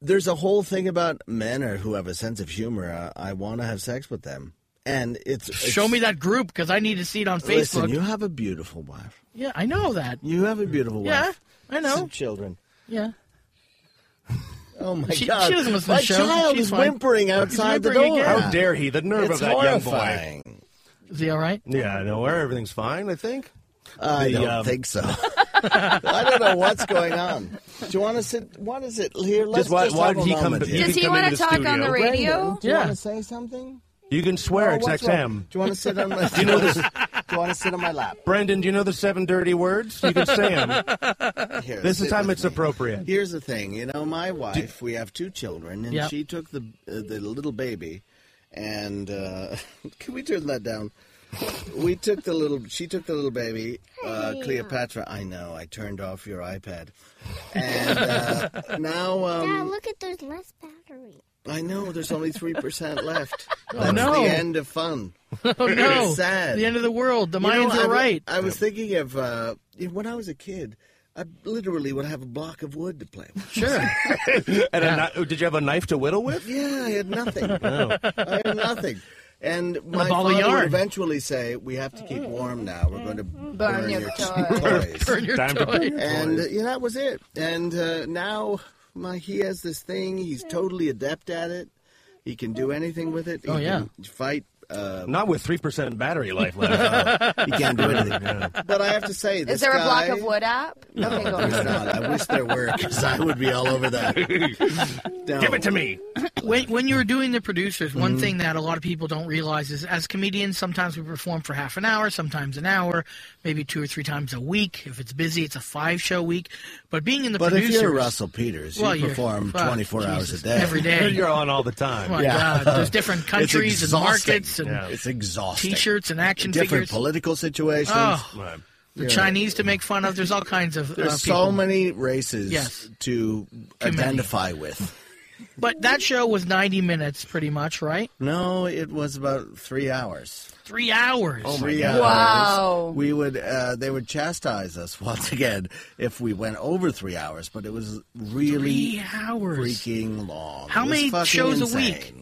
S10: There's a whole thing about men or who have a sense of humor. Uh, I want to have sex with them, and it's,
S4: Show me that group because I need to see it on Facebook.
S10: Listen, you have a beautiful wife.
S4: yeah, I know that.
S10: You have a beautiful
S4: Yeah,
S10: wife.
S4: I know.
S10: Some children.
S4: Yeah.
S10: Oh my
S4: She-
S10: God!
S4: she doesn't listen to
S10: my
S4: the show.
S10: child
S4: She's
S10: is
S4: fine.
S10: whimpering
S4: She's
S10: outside the
S4: whimpering
S10: door.
S4: again.
S5: How dare he? The nerve
S10: It's
S5: of that
S10: horrifying.
S5: young boy.
S4: Is he all right?
S5: Yeah, no, everything's fine. I think.
S10: I
S5: The,
S10: don't
S5: um,
S10: think so. I don't know what's going on. Do you want to sit? What is it here? Let's
S5: why- why
S10: have
S5: did
S10: a
S5: he come
S10: moment
S5: to-
S10: here.
S5: you Does can he come wanna into the talk on studio. the
S10: Brendan,
S11: radio?
S10: do you
S11: Yeah.
S10: want to say something?
S5: You can swear.
S10: Oh,
S5: it's
S10: what's wrong?
S5: XM.
S10: Do you want to sit on my?
S5: Do you know this-
S10: Do you want to sit on my lap?
S5: Brendan, do you know the seven dirty words? You can say them.
S10: Here,
S5: this is
S10: sit
S5: time
S10: with
S5: it's
S10: me.
S5: appropriate.
S10: Here's the thing, you know, my wife. We have two children, and
S5: Yep.
S10: she took the uh, the little baby, and uh, can we turn that down? we took the little. She took the little baby, uh, Cleopatra. I know. I turned off your iPad, and uh, now um,
S12: Dad, look at there's less battery.
S10: I know there's only three percent left.
S4: Oh,
S10: That's
S4: no.
S10: the end of fun.
S4: Oh no!
S10: It's sad.
S4: The end of the world. The
S10: You
S4: Mayans
S10: know,
S4: are
S10: I wa-
S4: right.
S10: I was thinking of uh, you know, when I was a kid. I literally would have a block of wood to play with.
S4: Sure.
S5: and a kni- did you have a knife to whittle with?
S10: Yeah, I had nothing.
S5: No.
S10: I had nothing. And my
S5: ball
S10: father
S5: of
S10: would
S5: yarn.
S10: eventually say, "We have to keep warm now. We're going to burn,
S11: Mm-hmm. your
S10: your,
S11: toys."
S10: toys.
S11: Burn your Time to burn toys. your
S10: And uh,
S11: toys.
S10: yeah, that was it. And uh, now my he has this thing. He's totally adept at it. He can do anything with it. He
S5: Oh, yeah.
S10: can fight. Uh,
S5: Not with three percent battery life left.
S10: he can't do anything. But I have to say, this
S11: Is there a block
S10: guy-
S11: of wood app? Okay, go
S10: There's
S11: on.
S10: not. I wish there were, because I would be all over that. Give it
S5: to me.
S4: when, when you were doing the producers, one
S10: Mm-hmm.
S4: thing that a lot of people don't realize is as comedians, sometimes we perform for half an hour, sometimes an hour, maybe two or three times a week. If it's busy, it's a five show week. But being in the
S10: But
S4: producers.
S10: if you're Russell Peters,
S4: Well,
S10: you
S4: you're-
S10: perform
S4: fuck,
S10: 24 hours a
S4: Jesus,
S10: day.
S4: every day. You're
S5: on all the time.
S4: Oh my God, there's different countries and markets and
S10: it's exhausting.
S4: t-shirts and action
S10: Different
S4: figures.
S10: political situations.
S4: Oh. The
S10: You're
S4: Chinese to make fun of. There's all kinds of.
S10: There's
S4: uh,
S10: so
S4: people.
S10: many races
S4: Yes.
S10: to
S4: many.
S10: identify with.
S4: But that show was 90 minutes, pretty much, right?
S10: No, it was about three hours.
S4: Three hours.
S10: Three hours. We would uh, they would chastise us once again if we went over three hours, but it was really
S4: Three hours.
S10: freaking long.
S4: How
S10: It was
S4: many
S10: fucking
S4: shows a
S10: insane.
S4: week?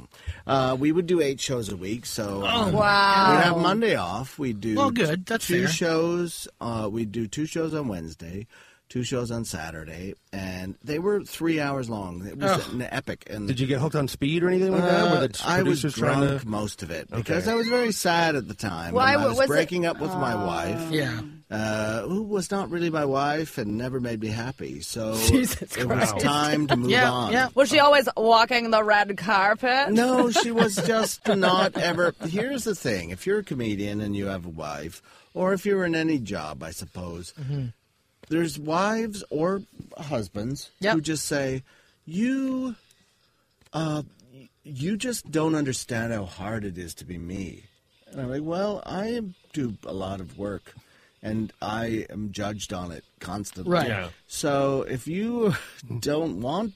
S10: Uh, we would do eight shows a week, so
S4: Oh,
S10: um,
S4: wow.
S10: We'd have Monday off. We'd do
S4: Well, good. That's
S10: two
S4: fair.
S10: shows. Uh, we'd do two shows on Wednesday, two shows on Saturday, and they were three hours long. It was
S5: Ugh.
S10: an epic. And
S5: Did you get hooked on speed or anything like that? Were
S10: Uh,
S5: the
S10: I was
S5: producers trying
S10: drunk
S5: to...
S10: most of it because I was very sad at the time.
S11: Why,
S10: and I
S11: what
S10: was,
S11: was it?
S10: breaking up with my wife.
S4: Yeah.
S10: Uh, who was not really my wife and never made me happy. So
S11: Jesus
S10: it
S11: Christ.
S10: was time to move on.
S11: Was she always walking the red carpet?
S10: No, she was just not ever. Here's the thing: if you're a comedian and you have a wife, or if you're in any job, I suppose, there's wives or husbands who just say, "You, uh, y- you just don't understand how hard it is to be me." And I'm like, "Well, I do a lot of work, and I am judged on it constantly.
S4: Right. Yeah.
S10: So if you don't want."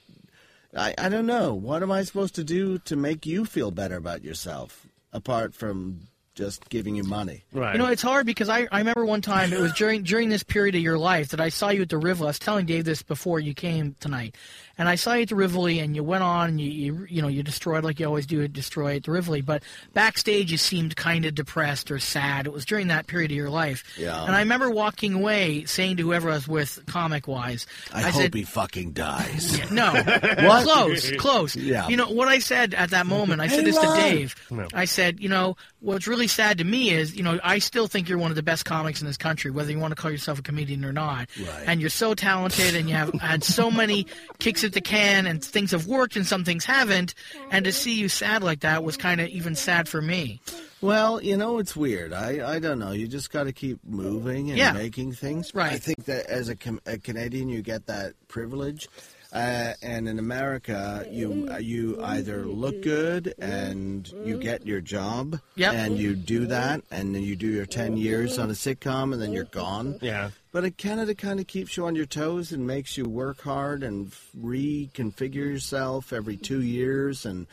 S10: I, I don't know. What am I supposed to do to make you feel better about yourself apart from just giving you money?
S4: You know, it's hard because I, I remember one time it was during during this period of your life that I saw you at the Rivoli. I was telling Dave this before you came tonight, and I saw you at the Rivoli, and you went on, and you you, you know you destroyed like you always do, destroy at the Rivoli. But backstage, you seemed kind of depressed or sad. It was during that period of your life,
S10: Yeah.
S4: and I remember walking away saying to whoever I was with, comic wise,
S10: I, hope he fucking dies.
S4: no,
S10: What?
S4: close, close.
S10: Yeah.
S4: You know what I said at that moment? I said
S10: Hey,
S4: this
S10: Lon.
S4: to Dave.
S10: No.
S4: I said, you know, what's really sad to me is, you know, I still think you're one of the best comics in this country, whether you want to call yourself a comedian or not.
S10: Right.
S4: And you're so talented, and you have had so many kicks at the can, and things have worked, and some things haven't. And to see you sad like that was kind of even sad for me.
S10: Well, you know, it's weird. I, I don't know. You just got to keep moving and
S4: Yeah.
S10: making things.
S4: Right.
S10: I think that as a, com- a Canadian, you get that privilege. Uh, and in America, you you either look good and you get your job,
S4: Yep.
S10: and you do that, and then you do your ten years on a sitcom, and then you're gone.
S5: Yeah.
S10: But it Canada kind of keeps you on your toes and makes you work hard and f- reconfigure yourself every two years and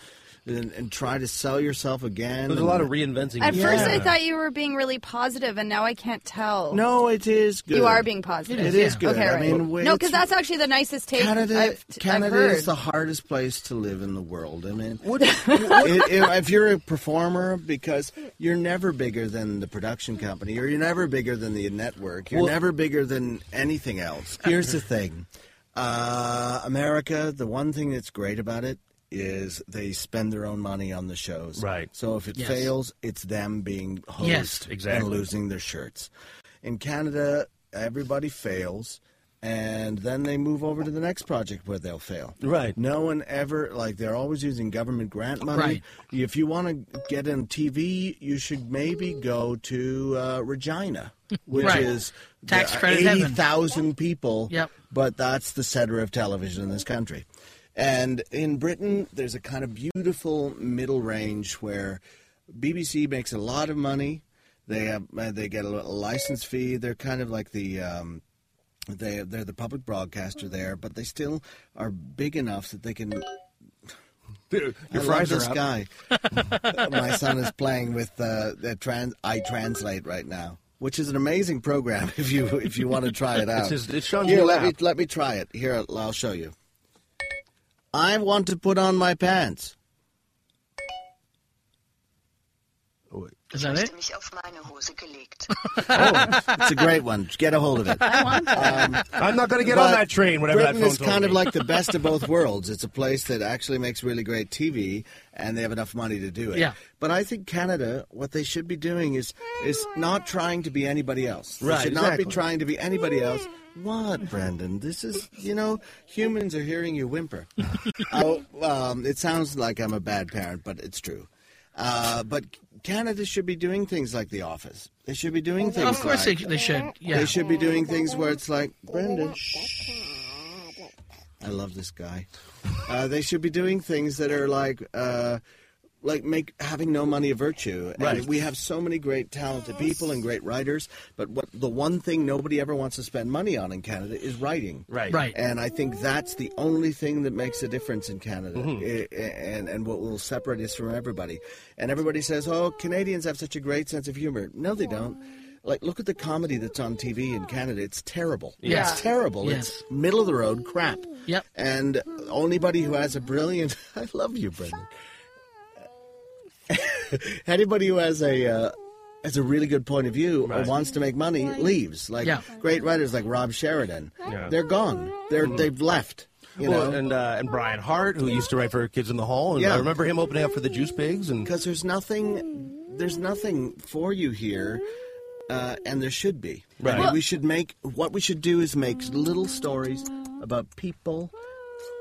S10: and, and try to sell yourself again.
S5: There's a
S10: and-
S5: lot of reinventing.
S11: At first, I
S10: Yeah.
S11: thought you were being really positive, and now I can't tell.
S10: No, it is good.
S11: Oh. You are being positive.
S10: It is
S11: Yeah.
S10: good.
S11: Okay,
S10: I
S11: right.
S10: mean, we-
S11: no, because that's actually the nicest take
S10: Canada.
S11: I've, I've
S10: Canada
S11: heard.
S10: is the hardest place to live in the world. I mean, if, if- if you're a performer, because you're never bigger than the production company, or you're never bigger than the network, you're
S5: Well-
S10: never bigger than anything else. Here's the thing, uh, America. The one thing that's great about it is they spend their own money on the shows. Right. So if it
S5: Yes.
S10: fails, it's them being hosed
S5: Yes, exactly.
S10: and losing their shirts. In Canada, everybody fails, and then they move over to the next project where they'll fail. Right. No one ever like they're always using government grant money.
S4: Right.
S10: If you want to get in TV, you should maybe go to uh, Regina, which
S4: Right.
S10: is
S4: Tax
S10: the- uh,
S4: credit heaven.
S10: eighty thousand people.
S4: Yep.
S10: But that's the center of television in this country. And in Britain, there's a kind of beautiful middle range where BBC makes a lot of money. They have uh, they get a little license fee. They're kind of like the um, they they're the public broadcaster there, but they still are big enough that they can.
S5: Dude, your
S10: I
S5: fries
S10: love
S5: are
S10: this
S5: up.
S10: guy. My son is playing with uh, the trans. I translate right now, which is an amazing program if you if you want to try it out.
S5: It's his- it's Sean's
S10: Here,
S5: new
S10: let me
S5: app.
S10: let me try it. Here, I'll show you. I want to put on my pants.
S4: Is that it?
S10: Oh, it's a great one. Get a hold of it. Um,
S5: I'm not going to get on
S10: but
S5: that train whenever
S10: Britain
S5: that phone
S10: is
S5: told
S10: kind of
S5: me.
S10: like the best of both worlds. It's a place that actually makes really great TV, and they have enough money to do it.
S5: Yeah.
S10: But I think Canada, what they should be doing is is not trying to be anybody else.
S5: Right,
S10: They should not
S5: exactly.
S10: be trying to be anybody else. What, Brandon? This is you know, humans are hearing you whimper. oh, um, it sounds like I'm a bad parent, but it's true. Uh, but Canada should be doing things like The Office. They should be doing things.
S4: Of course they,
S10: like,
S4: they should. Yeah.
S10: they should be doing things where it's like, Brenda, shh. I love this guy. Uh, they should be doing things that are like, uh, like make having no money a virtue. And
S9: Right.
S10: We have so many great talented people and great writers, but what the one thing nobody ever wants to spend money on in Canada is writing.
S9: Right. Right.
S10: And I think that's the only thing that makes a difference in Canada,
S4: Mm-hmm.
S10: I- and and what will separate us from everybody. And everybody says, "Oh, Canadians have such a great sense of humor." No, they don't. Like, look at the comedy that's on TV in Canada. It's terrible.
S4: Yeah.
S10: It's terrible.
S4: Yes.
S10: It's middle of the road crap.
S4: Yep.
S10: And anybody who has a brilliant, I love you, Brendan. anybody who has a uh, has a really good point of view or wants to make money leaves. Like
S5: Yeah.
S10: great writers like Rob Sheridan,
S5: Yeah. Mm-hmm.
S10: they're gone. They're they've left. You
S5: Well,
S10: know.
S5: and uh, and Brian Hart, who used to write for Kids in the Hall, and
S10: Yeah.
S5: I remember him opening up for the Juice Pigs, and
S10: because there's nothing there's nothing for you here uh, and there should be
S5: Right.
S10: I mean,
S5: Well-
S10: we should make what we should do is make little stories about people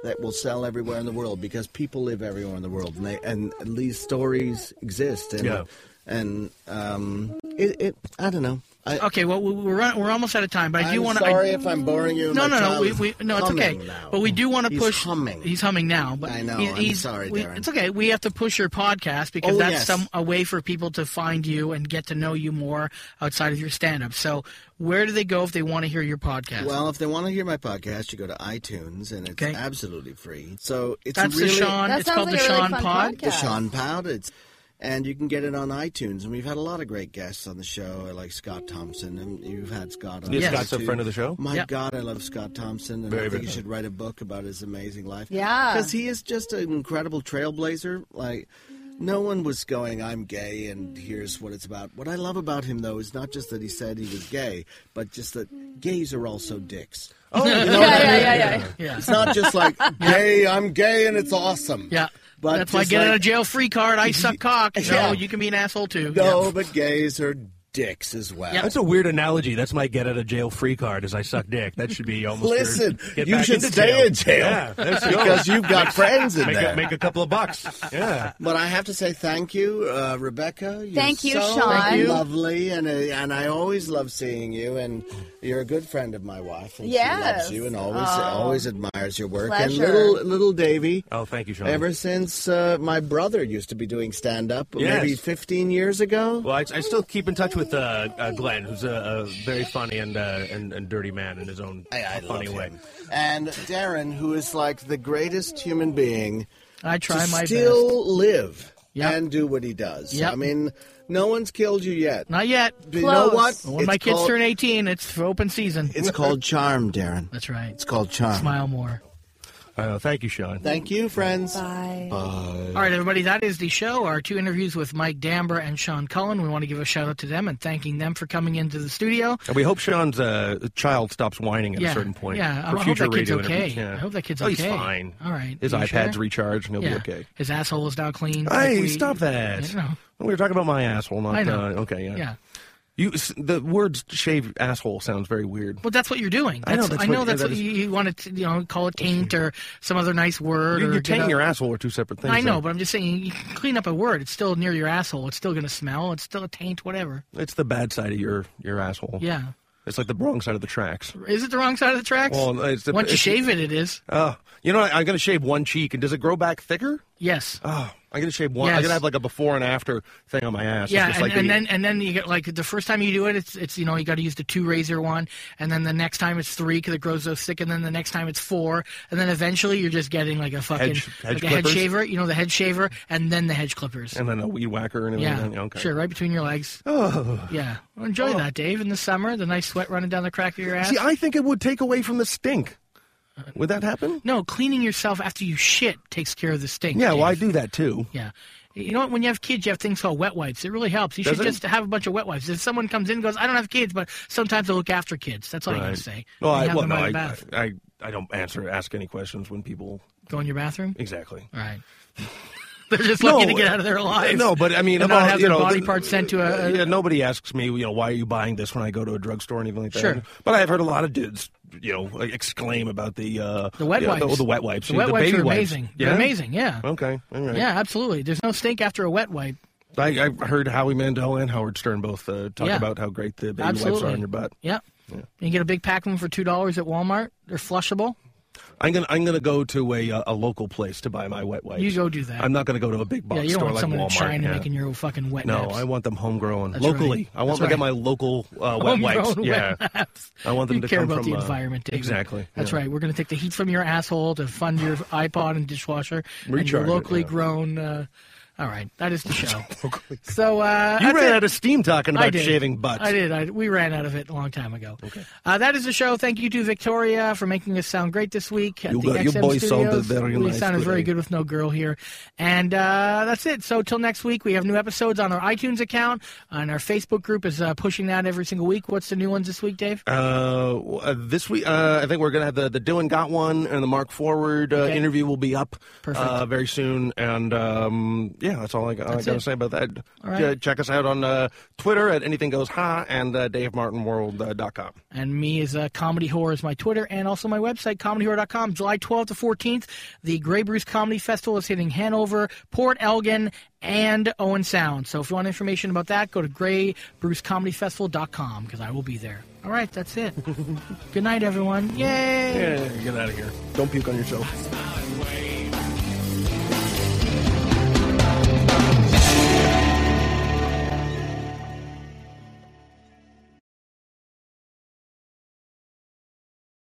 S10: that will sell everywhere in the world because people live everywhere in the world and they and these stories exist and
S4: Yeah.
S10: and um it, it i don't know I,
S4: okay, well we- we're run, we're almost out of time, but I do
S10: I'm
S4: want to.
S10: sorry if I'm boring you.
S4: No,
S10: My
S4: no, no.
S10: child
S4: We,
S10: is
S4: we, no, it's okay.
S10: humming now.
S4: But we do want to
S10: He's
S4: push.
S10: humming.
S4: He's humming now. But
S10: I know,
S4: he-
S10: I'm
S4: he's,
S10: sorry,
S4: we-
S10: Darren.
S4: It's okay. We have to push your podcast because
S10: Oh,
S4: that's
S10: yes.
S4: some a way for people to find you and get to know you more outside of your stand-up. So where do they go if they want to hear your podcast?
S10: Well, if they want to hear my podcast, you go to iTunes, and it's
S4: Okay.
S10: absolutely free. So it's
S4: That's the
S10: really
S4: Sean- That it's sounds called like the a really Sean fun Pod. podcast.
S10: The Sean Pod. It's and you can get it on iTunes. And we've had a lot of great guests on the show, like Scott Thompson, and you've had Scott on.
S5: Yeah,
S10: here,
S5: Scott's a
S10: too.
S5: friend of the show.
S10: My
S5: Yeah.
S10: God, I love Scott Thompson, and
S5: Very,
S10: I think
S5: very
S10: you
S5: good.
S10: should write a book about his amazing life.
S11: Yeah.
S10: because he is just an incredible trailblazer. Like. No one was going, I'm gay, and here's what it's about. What I love about him, though, is not just that he said he was gay, but just that gays are also dicks.
S5: Oh,
S10: You
S4: Yeah,
S10: know what I
S4: yeah,
S10: mean?
S4: yeah, yeah, yeah.
S10: It's not just like gay. I'm gay and it's awesome.
S4: Yeah,
S10: but
S4: that's why
S10: just
S4: get out
S10: like-
S4: of jail free card. I suck cock. No,
S10: Yeah.
S4: you can be an asshole too.
S10: No,
S4: Yeah.
S10: but gays are dicks as well.
S5: That's a weird analogy. That's my get out of jail free card. Is I suck dick. That should be almost. your
S10: Listen,
S5: get
S10: you
S5: back
S10: should
S5: into
S10: stay in jail
S5: Yeah, let's go.
S10: because you've got
S5: Make-
S10: friends in
S5: make
S10: there.
S5: A, make a couple of bucks. Yeah.
S10: But I have to say thank you, uh, Rebecca. You're
S11: Thank you,
S10: so
S11: Sean. Thank you.
S10: Lovely, and uh, and I always love seeing you. And you're a good friend of my wife. And she
S11: Yes.
S10: loves you and always
S11: Oh.
S10: always admires your work.
S11: Pleasure.
S10: And little little Davy.
S5: Oh, thank you, Sean.
S10: Ever since uh, my brother used to be doing stand up,
S5: Yes.
S10: maybe 15 years ago.
S5: Well, I, I still keep in touch with uh, uh, Glenn, who's a, a very funny and, uh, and and dirty man in his own funny way.
S10: and Darren, who is like the greatest human being.
S4: I try
S10: to
S4: my
S10: still live and do what he does.
S4: Yep.
S10: I mean, no one's killed you yet.
S4: Not yet.
S10: Do you know what?
S4: When
S10: It's
S4: my kids
S10: called-
S4: turn 18, it's open season.
S10: It's called charm, Darren.
S4: That's right.
S10: It's called charm.
S4: Smile more.
S5: Uh, thank you, Sean.
S10: Thank you, friends.
S11: Bye.
S10: Bye.
S4: All right, everybody, that is the show. Our two interviews with Mike Dambra and Sean Cullen. We want to give a shout out to them and thanking them for coming into the studio.
S5: And we hope Sean's uh, child stops whining at
S4: Yeah,
S5: a certain point.
S4: yeah. I
S5: for
S4: hope
S5: future
S4: that kid's
S5: radio
S4: okay.
S5: interviews. Yeah.
S4: I hope that kid's
S5: oh, he's
S4: okay.
S5: fine.
S4: All right.
S5: His
S4: Are you
S5: iPad's
S4: sure?
S5: recharged and he'll
S4: Yeah.
S5: be okay.
S4: His asshole is now clean.
S5: Hey,
S4: Like we-
S5: stop
S4: I
S5: that!
S4: know.
S5: We were talking about my asshole, not
S4: I know.
S5: Uh, okay, yeah.
S4: Yeah.
S5: You s- the word "shave asshole" sounds very weird.
S4: Well, that's what you're doing.
S5: I know,
S4: That's,
S5: that's
S4: I know
S5: what-
S4: that's
S5: yeah,
S4: what
S5: that is-
S4: you, you want to, you know, call it taint or some other nice word.
S5: You,
S4: or
S5: your
S4: get
S5: taint
S4: a-
S5: and your asshole are two separate things.
S4: I know,
S5: though.
S4: but I'm just saying, you can clean up a word. It's still near your asshole. It's still going to smell. It's still a taint, whatever.
S5: it's the bad side of your your asshole.
S4: Yeah.
S5: it's like the wrong side of the tracks.
S4: Is it the wrong side of the tracks?
S5: Well, it's the-
S4: Once you
S5: it's-
S4: shave it, it is.
S5: Uh, you know, I, am gonna shave one cheek, and does it grow back thicker?
S4: Yes.
S5: Oh, I'm gonna shave one.
S4: Yes.
S5: I'm gonna have like a before and after thing on my ass.
S4: yeah,
S5: it's just
S4: and,
S5: like
S4: and
S5: the-
S4: then and then you get like the first time you do it, it's it's you know you got to use the two razor one, and then the next time it's three because it grows so thick, and then the next time it's four, and then eventually you're just getting like a fucking
S5: Hedge- hedge
S4: like a head
S5: clippers?
S4: shaver, you know the head shaver, and then the hedge clippers.
S5: and then a weed whacker and everything.
S4: yeah,
S5: okay.
S4: sure, right between your legs.
S5: Oh.
S4: Yeah, well, enjoy that, Dave. In the summer, the nice sweat running down the crack of your ass.
S5: See, I think it would take away from the stink. Would that happen?
S4: no, cleaning yourself after you shit takes care of the stink.
S5: Yeah,
S4: Dave.
S5: well, I do that too.
S4: Yeah. You know what? When you have kids, you have things called wet wipes. It really helps. You
S5: Does
S4: should
S5: it?
S4: just have a bunch of wet wipes. If someone comes in and goes, I don't have kids, but sometimes I look after kids. That's all you got to say.
S5: Well,
S4: You
S5: I,
S4: have
S5: well,
S4: them
S5: no,
S4: out
S5: I,
S4: of the bath.
S5: I, I don't answer, ask any questions when people.
S4: Go in your bathroom?
S5: Exactly.
S4: All right. They're just lucky to get out of there alive.
S5: uh, No, but I mean,
S4: and
S5: about,
S4: not have
S5: you
S4: their
S5: know,
S4: body
S5: the-
S4: parts sent to a. a-
S5: Uh, yeah, nobody asks me, you know, why are you buying this when I go to a drugstore or anything like that.
S4: Sure.
S5: But I've heard a lot of dudes, you know, like, exclaim about the uh,
S4: The wet
S5: you know,
S4: wipes.
S5: the, the wet wipes,
S4: The wet wipes
S5: baby
S4: are amazing.
S5: Wipes.
S4: They're amazing, yeah.
S5: Okay, all right.
S4: Yeah, absolutely. There's no stink after a wet wipe.
S5: I, I heard Howie Mandel and Howard Stern both uh, talk
S4: Yeah.
S5: about how great the baby wipes
S4: Absolutely.
S5: are on your butt.
S4: Yep. You can get a big pack of them for $2 at Walmart. They're flushable.
S5: I'm gonna I'm gonna go to a uh, a local place to buy my wet wipes.
S4: You go do that.
S5: I'm not gonna go to a big box
S4: yeah, you don't
S5: store
S4: want
S5: like
S4: someone
S5: Walmart.
S4: in China
S5: yeah.
S4: making your fucking wet
S5: no,
S4: naps.
S5: I want them homegrown
S4: That's
S5: locally.
S4: right.
S5: I want
S4: That's
S5: to get
S4: right.
S5: my local uh, wet
S4: Homegrown
S5: wipes.
S4: wet
S5: yeah,
S4: naps.
S5: I want them
S4: you
S5: to
S4: care
S5: come
S4: about
S5: from,
S4: the
S5: uh,
S4: environment, David.
S5: Exactly.
S4: That's
S5: yeah.
S4: right. We're going to take the heat from your asshole to fund your iPod and dishwasher and your
S5: Recharge it,
S4: locally
S5: yeah.
S4: grown. Uh, all right, that is the show. so uh,
S5: You
S4: that's
S5: ran
S4: it.
S5: out of steam talking
S4: I
S5: about
S4: did.
S5: shaving butts.
S4: I did. I, we ran out of it a long time ago. Okay. Uh, that is the show. Thank you to Victoria for making us sound great this week. At
S5: You
S4: the
S5: got-
S4: XM
S5: your voice
S4: Studios.
S5: sounded very
S4: We
S5: nice
S4: sounded very
S5: today.
S4: good with no girl here. And uh, that's it. So till next week, we have new episodes on our iTunes account, and our Facebook group is uh, pushing that every single week. What's the new ones this week, Dave?
S5: Uh, w- uh, this week, uh, I think we're gonna have the the Dylan got one and the Mark Forward uh,
S4: Okay.
S5: interview will be up
S4: Perfect.
S5: Uh, very soon, and um, yeah, that's all I, all I
S4: That's
S5: gotta
S4: it.
S5: say about that.
S4: All right.
S5: Yeah, check us out on uh, Twitter at anything goes ha and uh, DaveMartinWorld.com.
S4: And me is uh, Comedy Horror is my Twitter and also my website, comedyhorror.com. July 12th to 14th, the Grey Bruce Comedy Festival is hitting Hanover, Port Elgin, and Owen Sound. So if you want information about that, go to greybrucecomedyfestival.com because I will be there. All right, that's it. Good night, everyone. Yay!
S5: Yeah, get out of here. Don't puke on yourself.
S1: Highway.